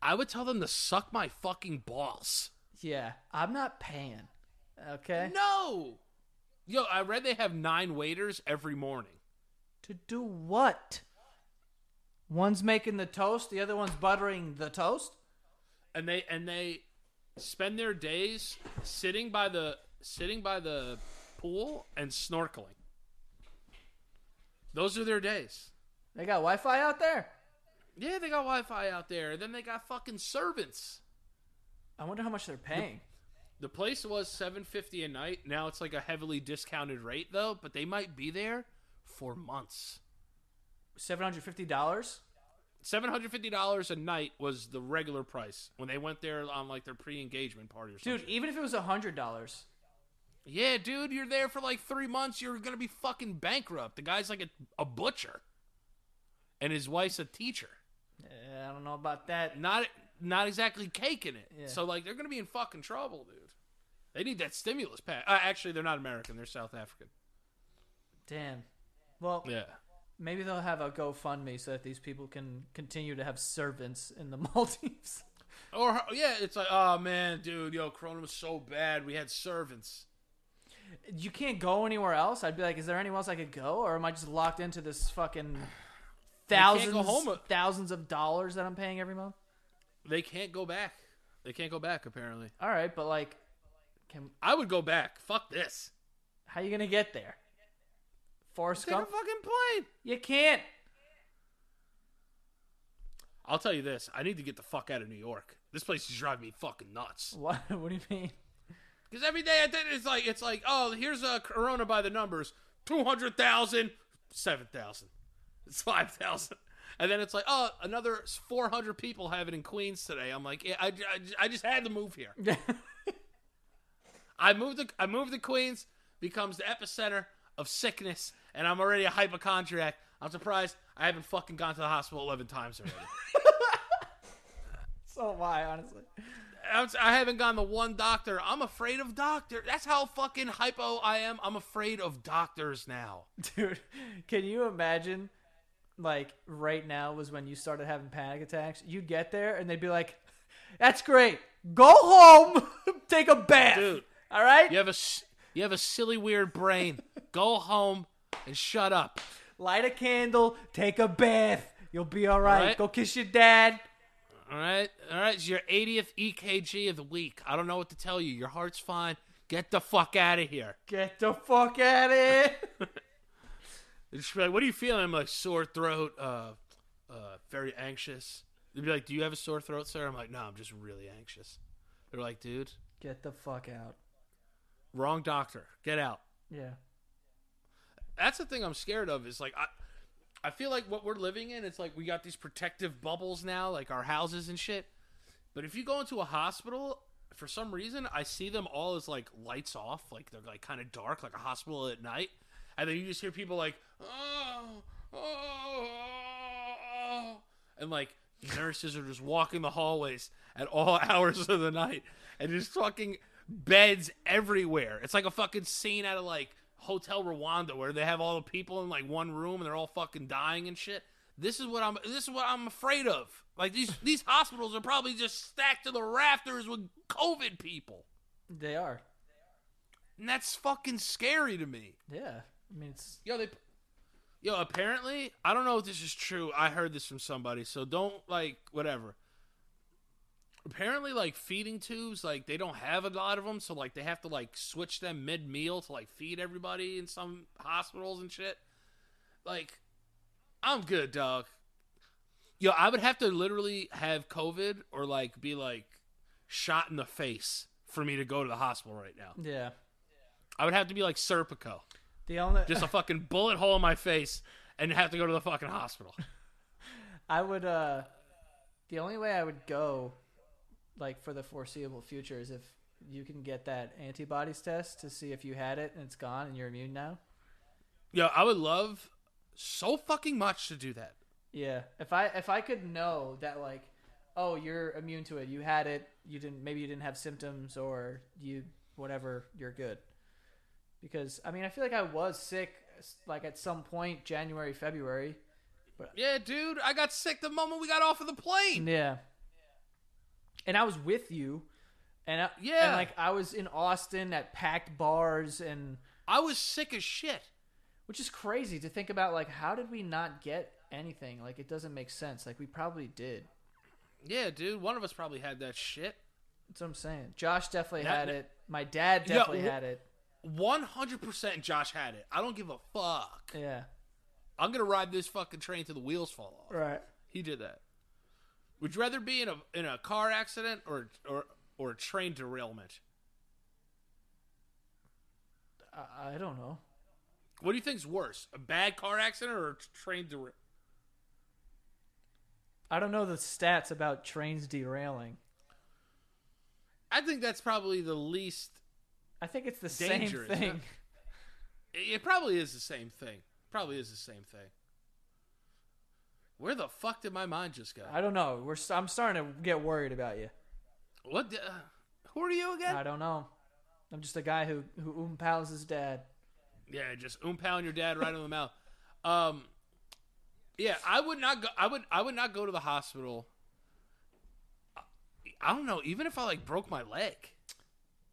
I would tell them to suck my fucking balls.
Yeah, I'm not paying. Okay.
No! Yo, I read they have nine waiters every morning.
To do what? One's making the toast. The other one's buttering the toast.
And they and they spend their days sitting by the sitting by the pool and snorkeling. Those are their days.
They got Wi-Fi out there.
Yeah, they got Wi Fi out there. Then they got fucking servants.
I wonder how much they're paying.
The place was seven fifty a night. Now it's like a heavily discounted rate though, but they might be there for months.
Seven hundred fifty dollars.
Seven hundred fifty dollars a night was the regular price when they went there on like their pre-engagement party or something.
Dude, even if it was a hundred dollars,
yeah, dude, you're there for like three months. You're gonna be fucking bankrupt. The guy's like a, a butcher, and his wife's a teacher.
eh, I don't know about that.
Not not exactly caking it.
Yeah.
So like they're gonna be in fucking trouble, dude. They need that stimulus pack. Uh, actually, they're not American. They're South African.
Damn. Well,
Yeah.
maybe they'll have a GoFundMe so that these people can continue to have servants in the (laughs) Maldives.
Or her- yeah, it's like, oh man, dude, yo, Corona was so bad. We had servants.
You can't go anywhere else. I'd be like, is there anywhere else I could go, or am I just locked into this fucking thousands,
home. uh,
thousands of dollars that I'm paying every month?
They can't go back. They can't go back. Apparently,
All right, but like, can
I would go back. Fuck this.
how you gonna get there? Forrest
Take a
Gump?
fucking plane.
You can't. (laughs)
I'll tell you this. I need to get the fuck out of New York. This place is driving me fucking nuts.
What? What do you mean? (laughs)
Because every day I think it's like it's like, oh, here's a Corona by the numbers: 200,000, 7,000, 5,000. And then it's like, oh, another 400 people have it in Queens today. I'm like, yeah, I, I, I just had to move here. I moved to I moved to Queens, becomes the epicenter of sickness, and I'm already a hypochondriac. I'm surprised I haven't fucking gone to the hospital 11 times already.
So why, honestly?
I'm s- I haven't gone to one doctor. I'm afraid of doctor. That's how fucking hypo I am. I'm afraid of doctors now.
Dude, can you imagine? Like right now was when you started having panic attacks. You'd get there and they'd be like, "That's great. Go home, (laughs) take a bath.
Dude.
All right,
You have a s- you have a silly weird brain. (laughs) Go home and shut up.
light a candle, take a bath. You'll be all right.
right.
Go kiss your dad.
All right, all right. It's your 80th EKG of the week. I don't know what to tell you. Your heart's fine. Get the fuck out of here.
Get the fuck out of here." (laughs)
And she'd be like, "What are you feeling?" I'm like, "Sore throat, uh, uh, very anxious." They'd be like, "Do you have a sore throat, sir?" I'm like, "No, I'm just really anxious." They're like, "Dude,
Get the fuck out.
wrong doctor. Get out."
Yeah.
That's the thing I'm scared of. Is like I, I feel like what we're living in. It's like we got these protective bubbles now, like our houses and shit. But if you go into a hospital, for some reason, I see them all as like lights off, like they're like kind of dark, like a hospital at night. And then you just hear people like, oh, oh, oh," and like nurses are just walking the hallways at all (laughs) hours of the night and just fucking beds everywhere. It's like a fucking scene out of like Hotel Rwanda where they have all the people in like one room and they're all fucking dying and shit. This is what I'm. This is what I'm afraid of. Like these these hospitals are probably just stacked to the rafters with COVID people,
They are.
and that's fucking scary to me.
Yeah. I mean, it's
Yo, they. Yo, apparently, I don't know if this is true. I heard this from somebody, so don't like whatever. Apparently, like feeding tubes, like they don't have a lot of them, so like they have to like switch them mid meal to like feed everybody in some hospitals and shit. Like, I'm good, dog. Yo, I would have to literally have COVID or like be like shot in the face for me to go to the hospital right now.
yeah.
I would have to be like Serpico
The only
just a fucking bullet hole in my face and have to go to the fucking hospital.
I would uh the only way I would go like for the foreseeable future is if you can get that antibodies test to see if you had it and it's gone and you're immune now.
Yo, I would love so fucking much to do that.
Yeah. If I if I could know that like oh you're immune to it, you had it, you didn't maybe you didn't have symptoms or you whatever, you're good. Because I mean, I feel like I was sick like at some point January, February.
Yeah, dude, I got sick the moment we got off of the plane.
Yeah. And I was with you, and I,
Yeah.
and like I was in Austin at packed bars, and
I was sick as shit.
which is crazy to think about. Like, how did we not get anything? Like, it doesn't make sense. Like, we probably did.
Yeah, dude, one of us probably had that shit.
That's what I'm saying. Josh definitely had
That-
it. My dad
Yeah,
definitely
wh-
had it.
100% Josh had it. I don't give a fuck.
Yeah.
I'm going to ride this fucking train till the wheels fall off.
Right.
He did that. Would you rather be in a in a car accident or or or a train derailment?
I, I don't know.
What do you think's worse, a bad car accident or a train derailment?
I don't know the stats about trains derailing.
I think that's probably the least.
I think it's the
Dangerous,
same thing.
It it probably is the same thing. Probably is the same thing. Where the fuck did my mind just go?
I don't know. We're st- I'm starting to get worried about you.
What? The, uh, who are you again?
I don't know. I'm just a guy who who umpows his dad.
Yeah, just oom pound your dad right in the mouth. Um, yeah, I would not go. I would. I would not go to the hospital. I- I don't know. Even if I like broke my leg,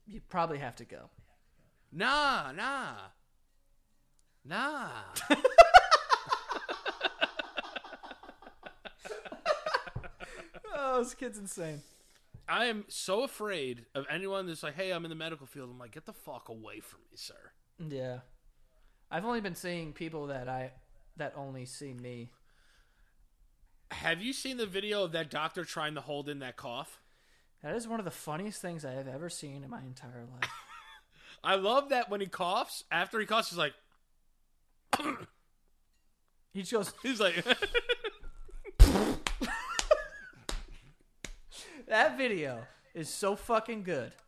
You probably have to go.
nah, nah, nah.
Oh, this kid's insane.
I am so afraid of anyone that's like, "Hey, I'm in the medical field." I'm like, "Get the fuck away from me, sir."
Yeah. I've only been seeing people that I that only see me.
Have you seen the video of that doctor trying to hold in that cough?
That is one of the funniest things I have ever seen in my entire life.
I love that when he coughs, after he coughs, he's like,
He just goes,
he's like,
That video is so fucking good.
(laughs)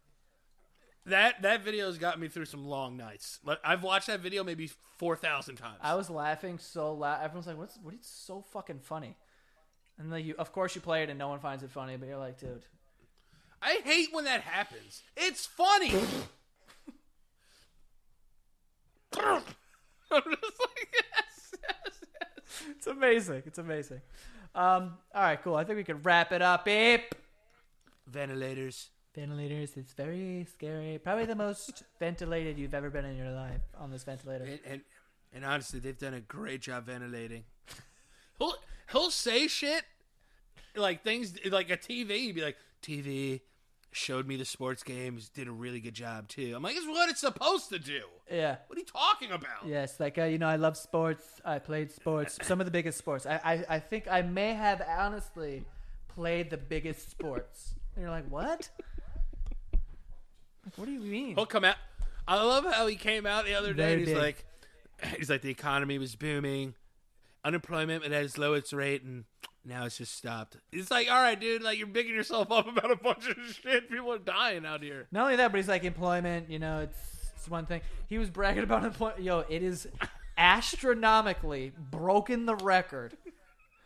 That that video's got me through some long nights. Like, I've watched that video maybe four thousand times.
I was laughing so loud. Everyone's like, "What's what is so fucking funny?" And then you, of course, you play it and no one finds it funny, but you're like, "Dude,
I hate when that happens. It's funny. (laughs) I'm just like, yes, yes, yes.
it's amazing. It's amazing." Um, all right, cool. I think we could wrap it up. Ape.
Ventilators.
Ventilators. It's very scary. Probably the most (laughs) ventilated you've ever been in your life on this ventilator.
And, and and honestly, they've done a great job ventilating. (laughs) He'll he'll say shit like things like a TV. He'd be like, TV showed me the sports games, did a really good job too. I'm like, it's what it's supposed to do.
yeah.
What are you talking about?
Yes, like uh, you know, I love sports. I played sports. Some of the biggest sports. I, I, I think I may have honestly played the biggest sports. And you're like, what? Like, what do you mean?
He'll come out. I love how he came out the other day.
Very
And he's
big.
like, (clears throat) he's like the economy was booming, unemployment was at its lowest rate, and now it's just stopped. It's like, all right, dude, like you're bigging yourself up about a bunch of (laughs) shit. People are dying out here.
Not only that, but he's like employment. You know, it's it's one thing. He was bragging about employment. Yo, it is astronomically broken the record.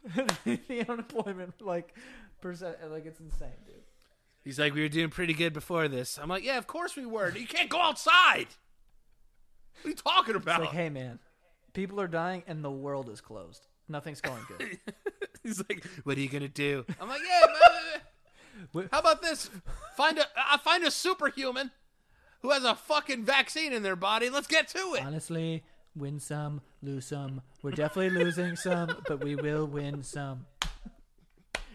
(laughs) the unemployment like percent, like it's insane, dude.
He's like, we were doing pretty good before this. I'm like, yeah, of course we were. You can't go outside. What are you talking
It's
about?
like, hey man, people are dying and the world is closed. Nothing's going good.
He's like, "What are you gonna do?" I'm like, "Yeah, man,
(laughs) What-
how about this? Find a I find a superhuman who has a fucking vaccine in their body. Let's get to it."
honestly, win some, lose some. We're definitely
(laughs)
losing some, but we will win some.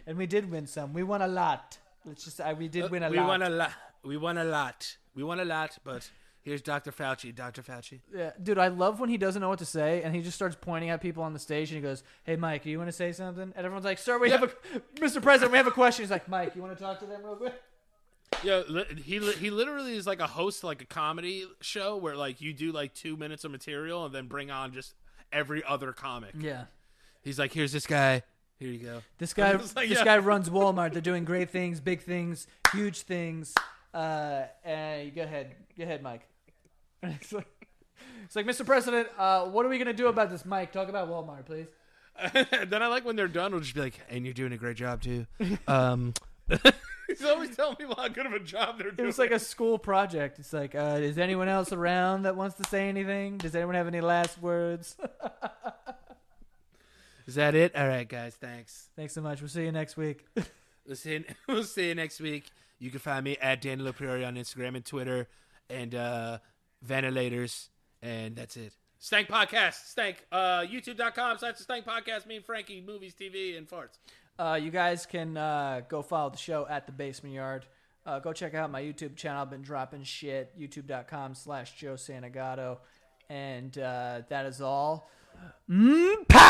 And we did win some. We won a lot. Let's just uh, we did win a
we
lot.
won a lot. We won a lot. We won a lot. But here's Dr. Fauci. Dr. Fauci.
yeah, dude, I love when he doesn't know what to say and he just starts pointing at people on the stage and he goes, "Hey, Mike, you want to say something?" And everyone's like, "Sir, we have a Mr. President, we have a question." He's like, "Mike, you want to talk to them real quick?"
Yeah, li- he li- he literally is like a host, like a comedy show where like you do like two minutes of material and then bring on just every other comic.
Yeah.
He's like, "Here's this guy. Here you go." (laughs)
(laughs) This guy,
I'm just like,
this
yeah.
guy runs Walmart. They're doing great things, big things, huge things. Uh, and go ahead, go ahead, Mike. And (laughs) it's like, it's like, Mr. President, uh, what are we gonna do about this, Mike? Talk about Walmart, please.
then I like when they're done, we'll just be like, "And you're doing a great job (laughs) too." Um, he's always telling people how good of a job they're
It
doing.
was like a school project. It's like, uh, is anyone else around that wants to say anything? Does anyone have any last words?
"Is that it? All right, guys, thanks.
Thanks so much. We'll see you next week.
We'll see. You, (laughs) we'll see you next week. You can find me at Dan Lapriori on Instagram and Twitter, and uh, Ventilators, and that's it. Stank Podcast, Stank, uh, YouTube.com slash the Stank Podcast. Me and Frankie, movies, TV, and farts.
Uh, you guys can uh, go follow the show at the basement yard. Uh, go check out my YouTube channel. I've been dropping shit. YouTube.com slash Joe Santagato. And uh, that is all. Mm, pow!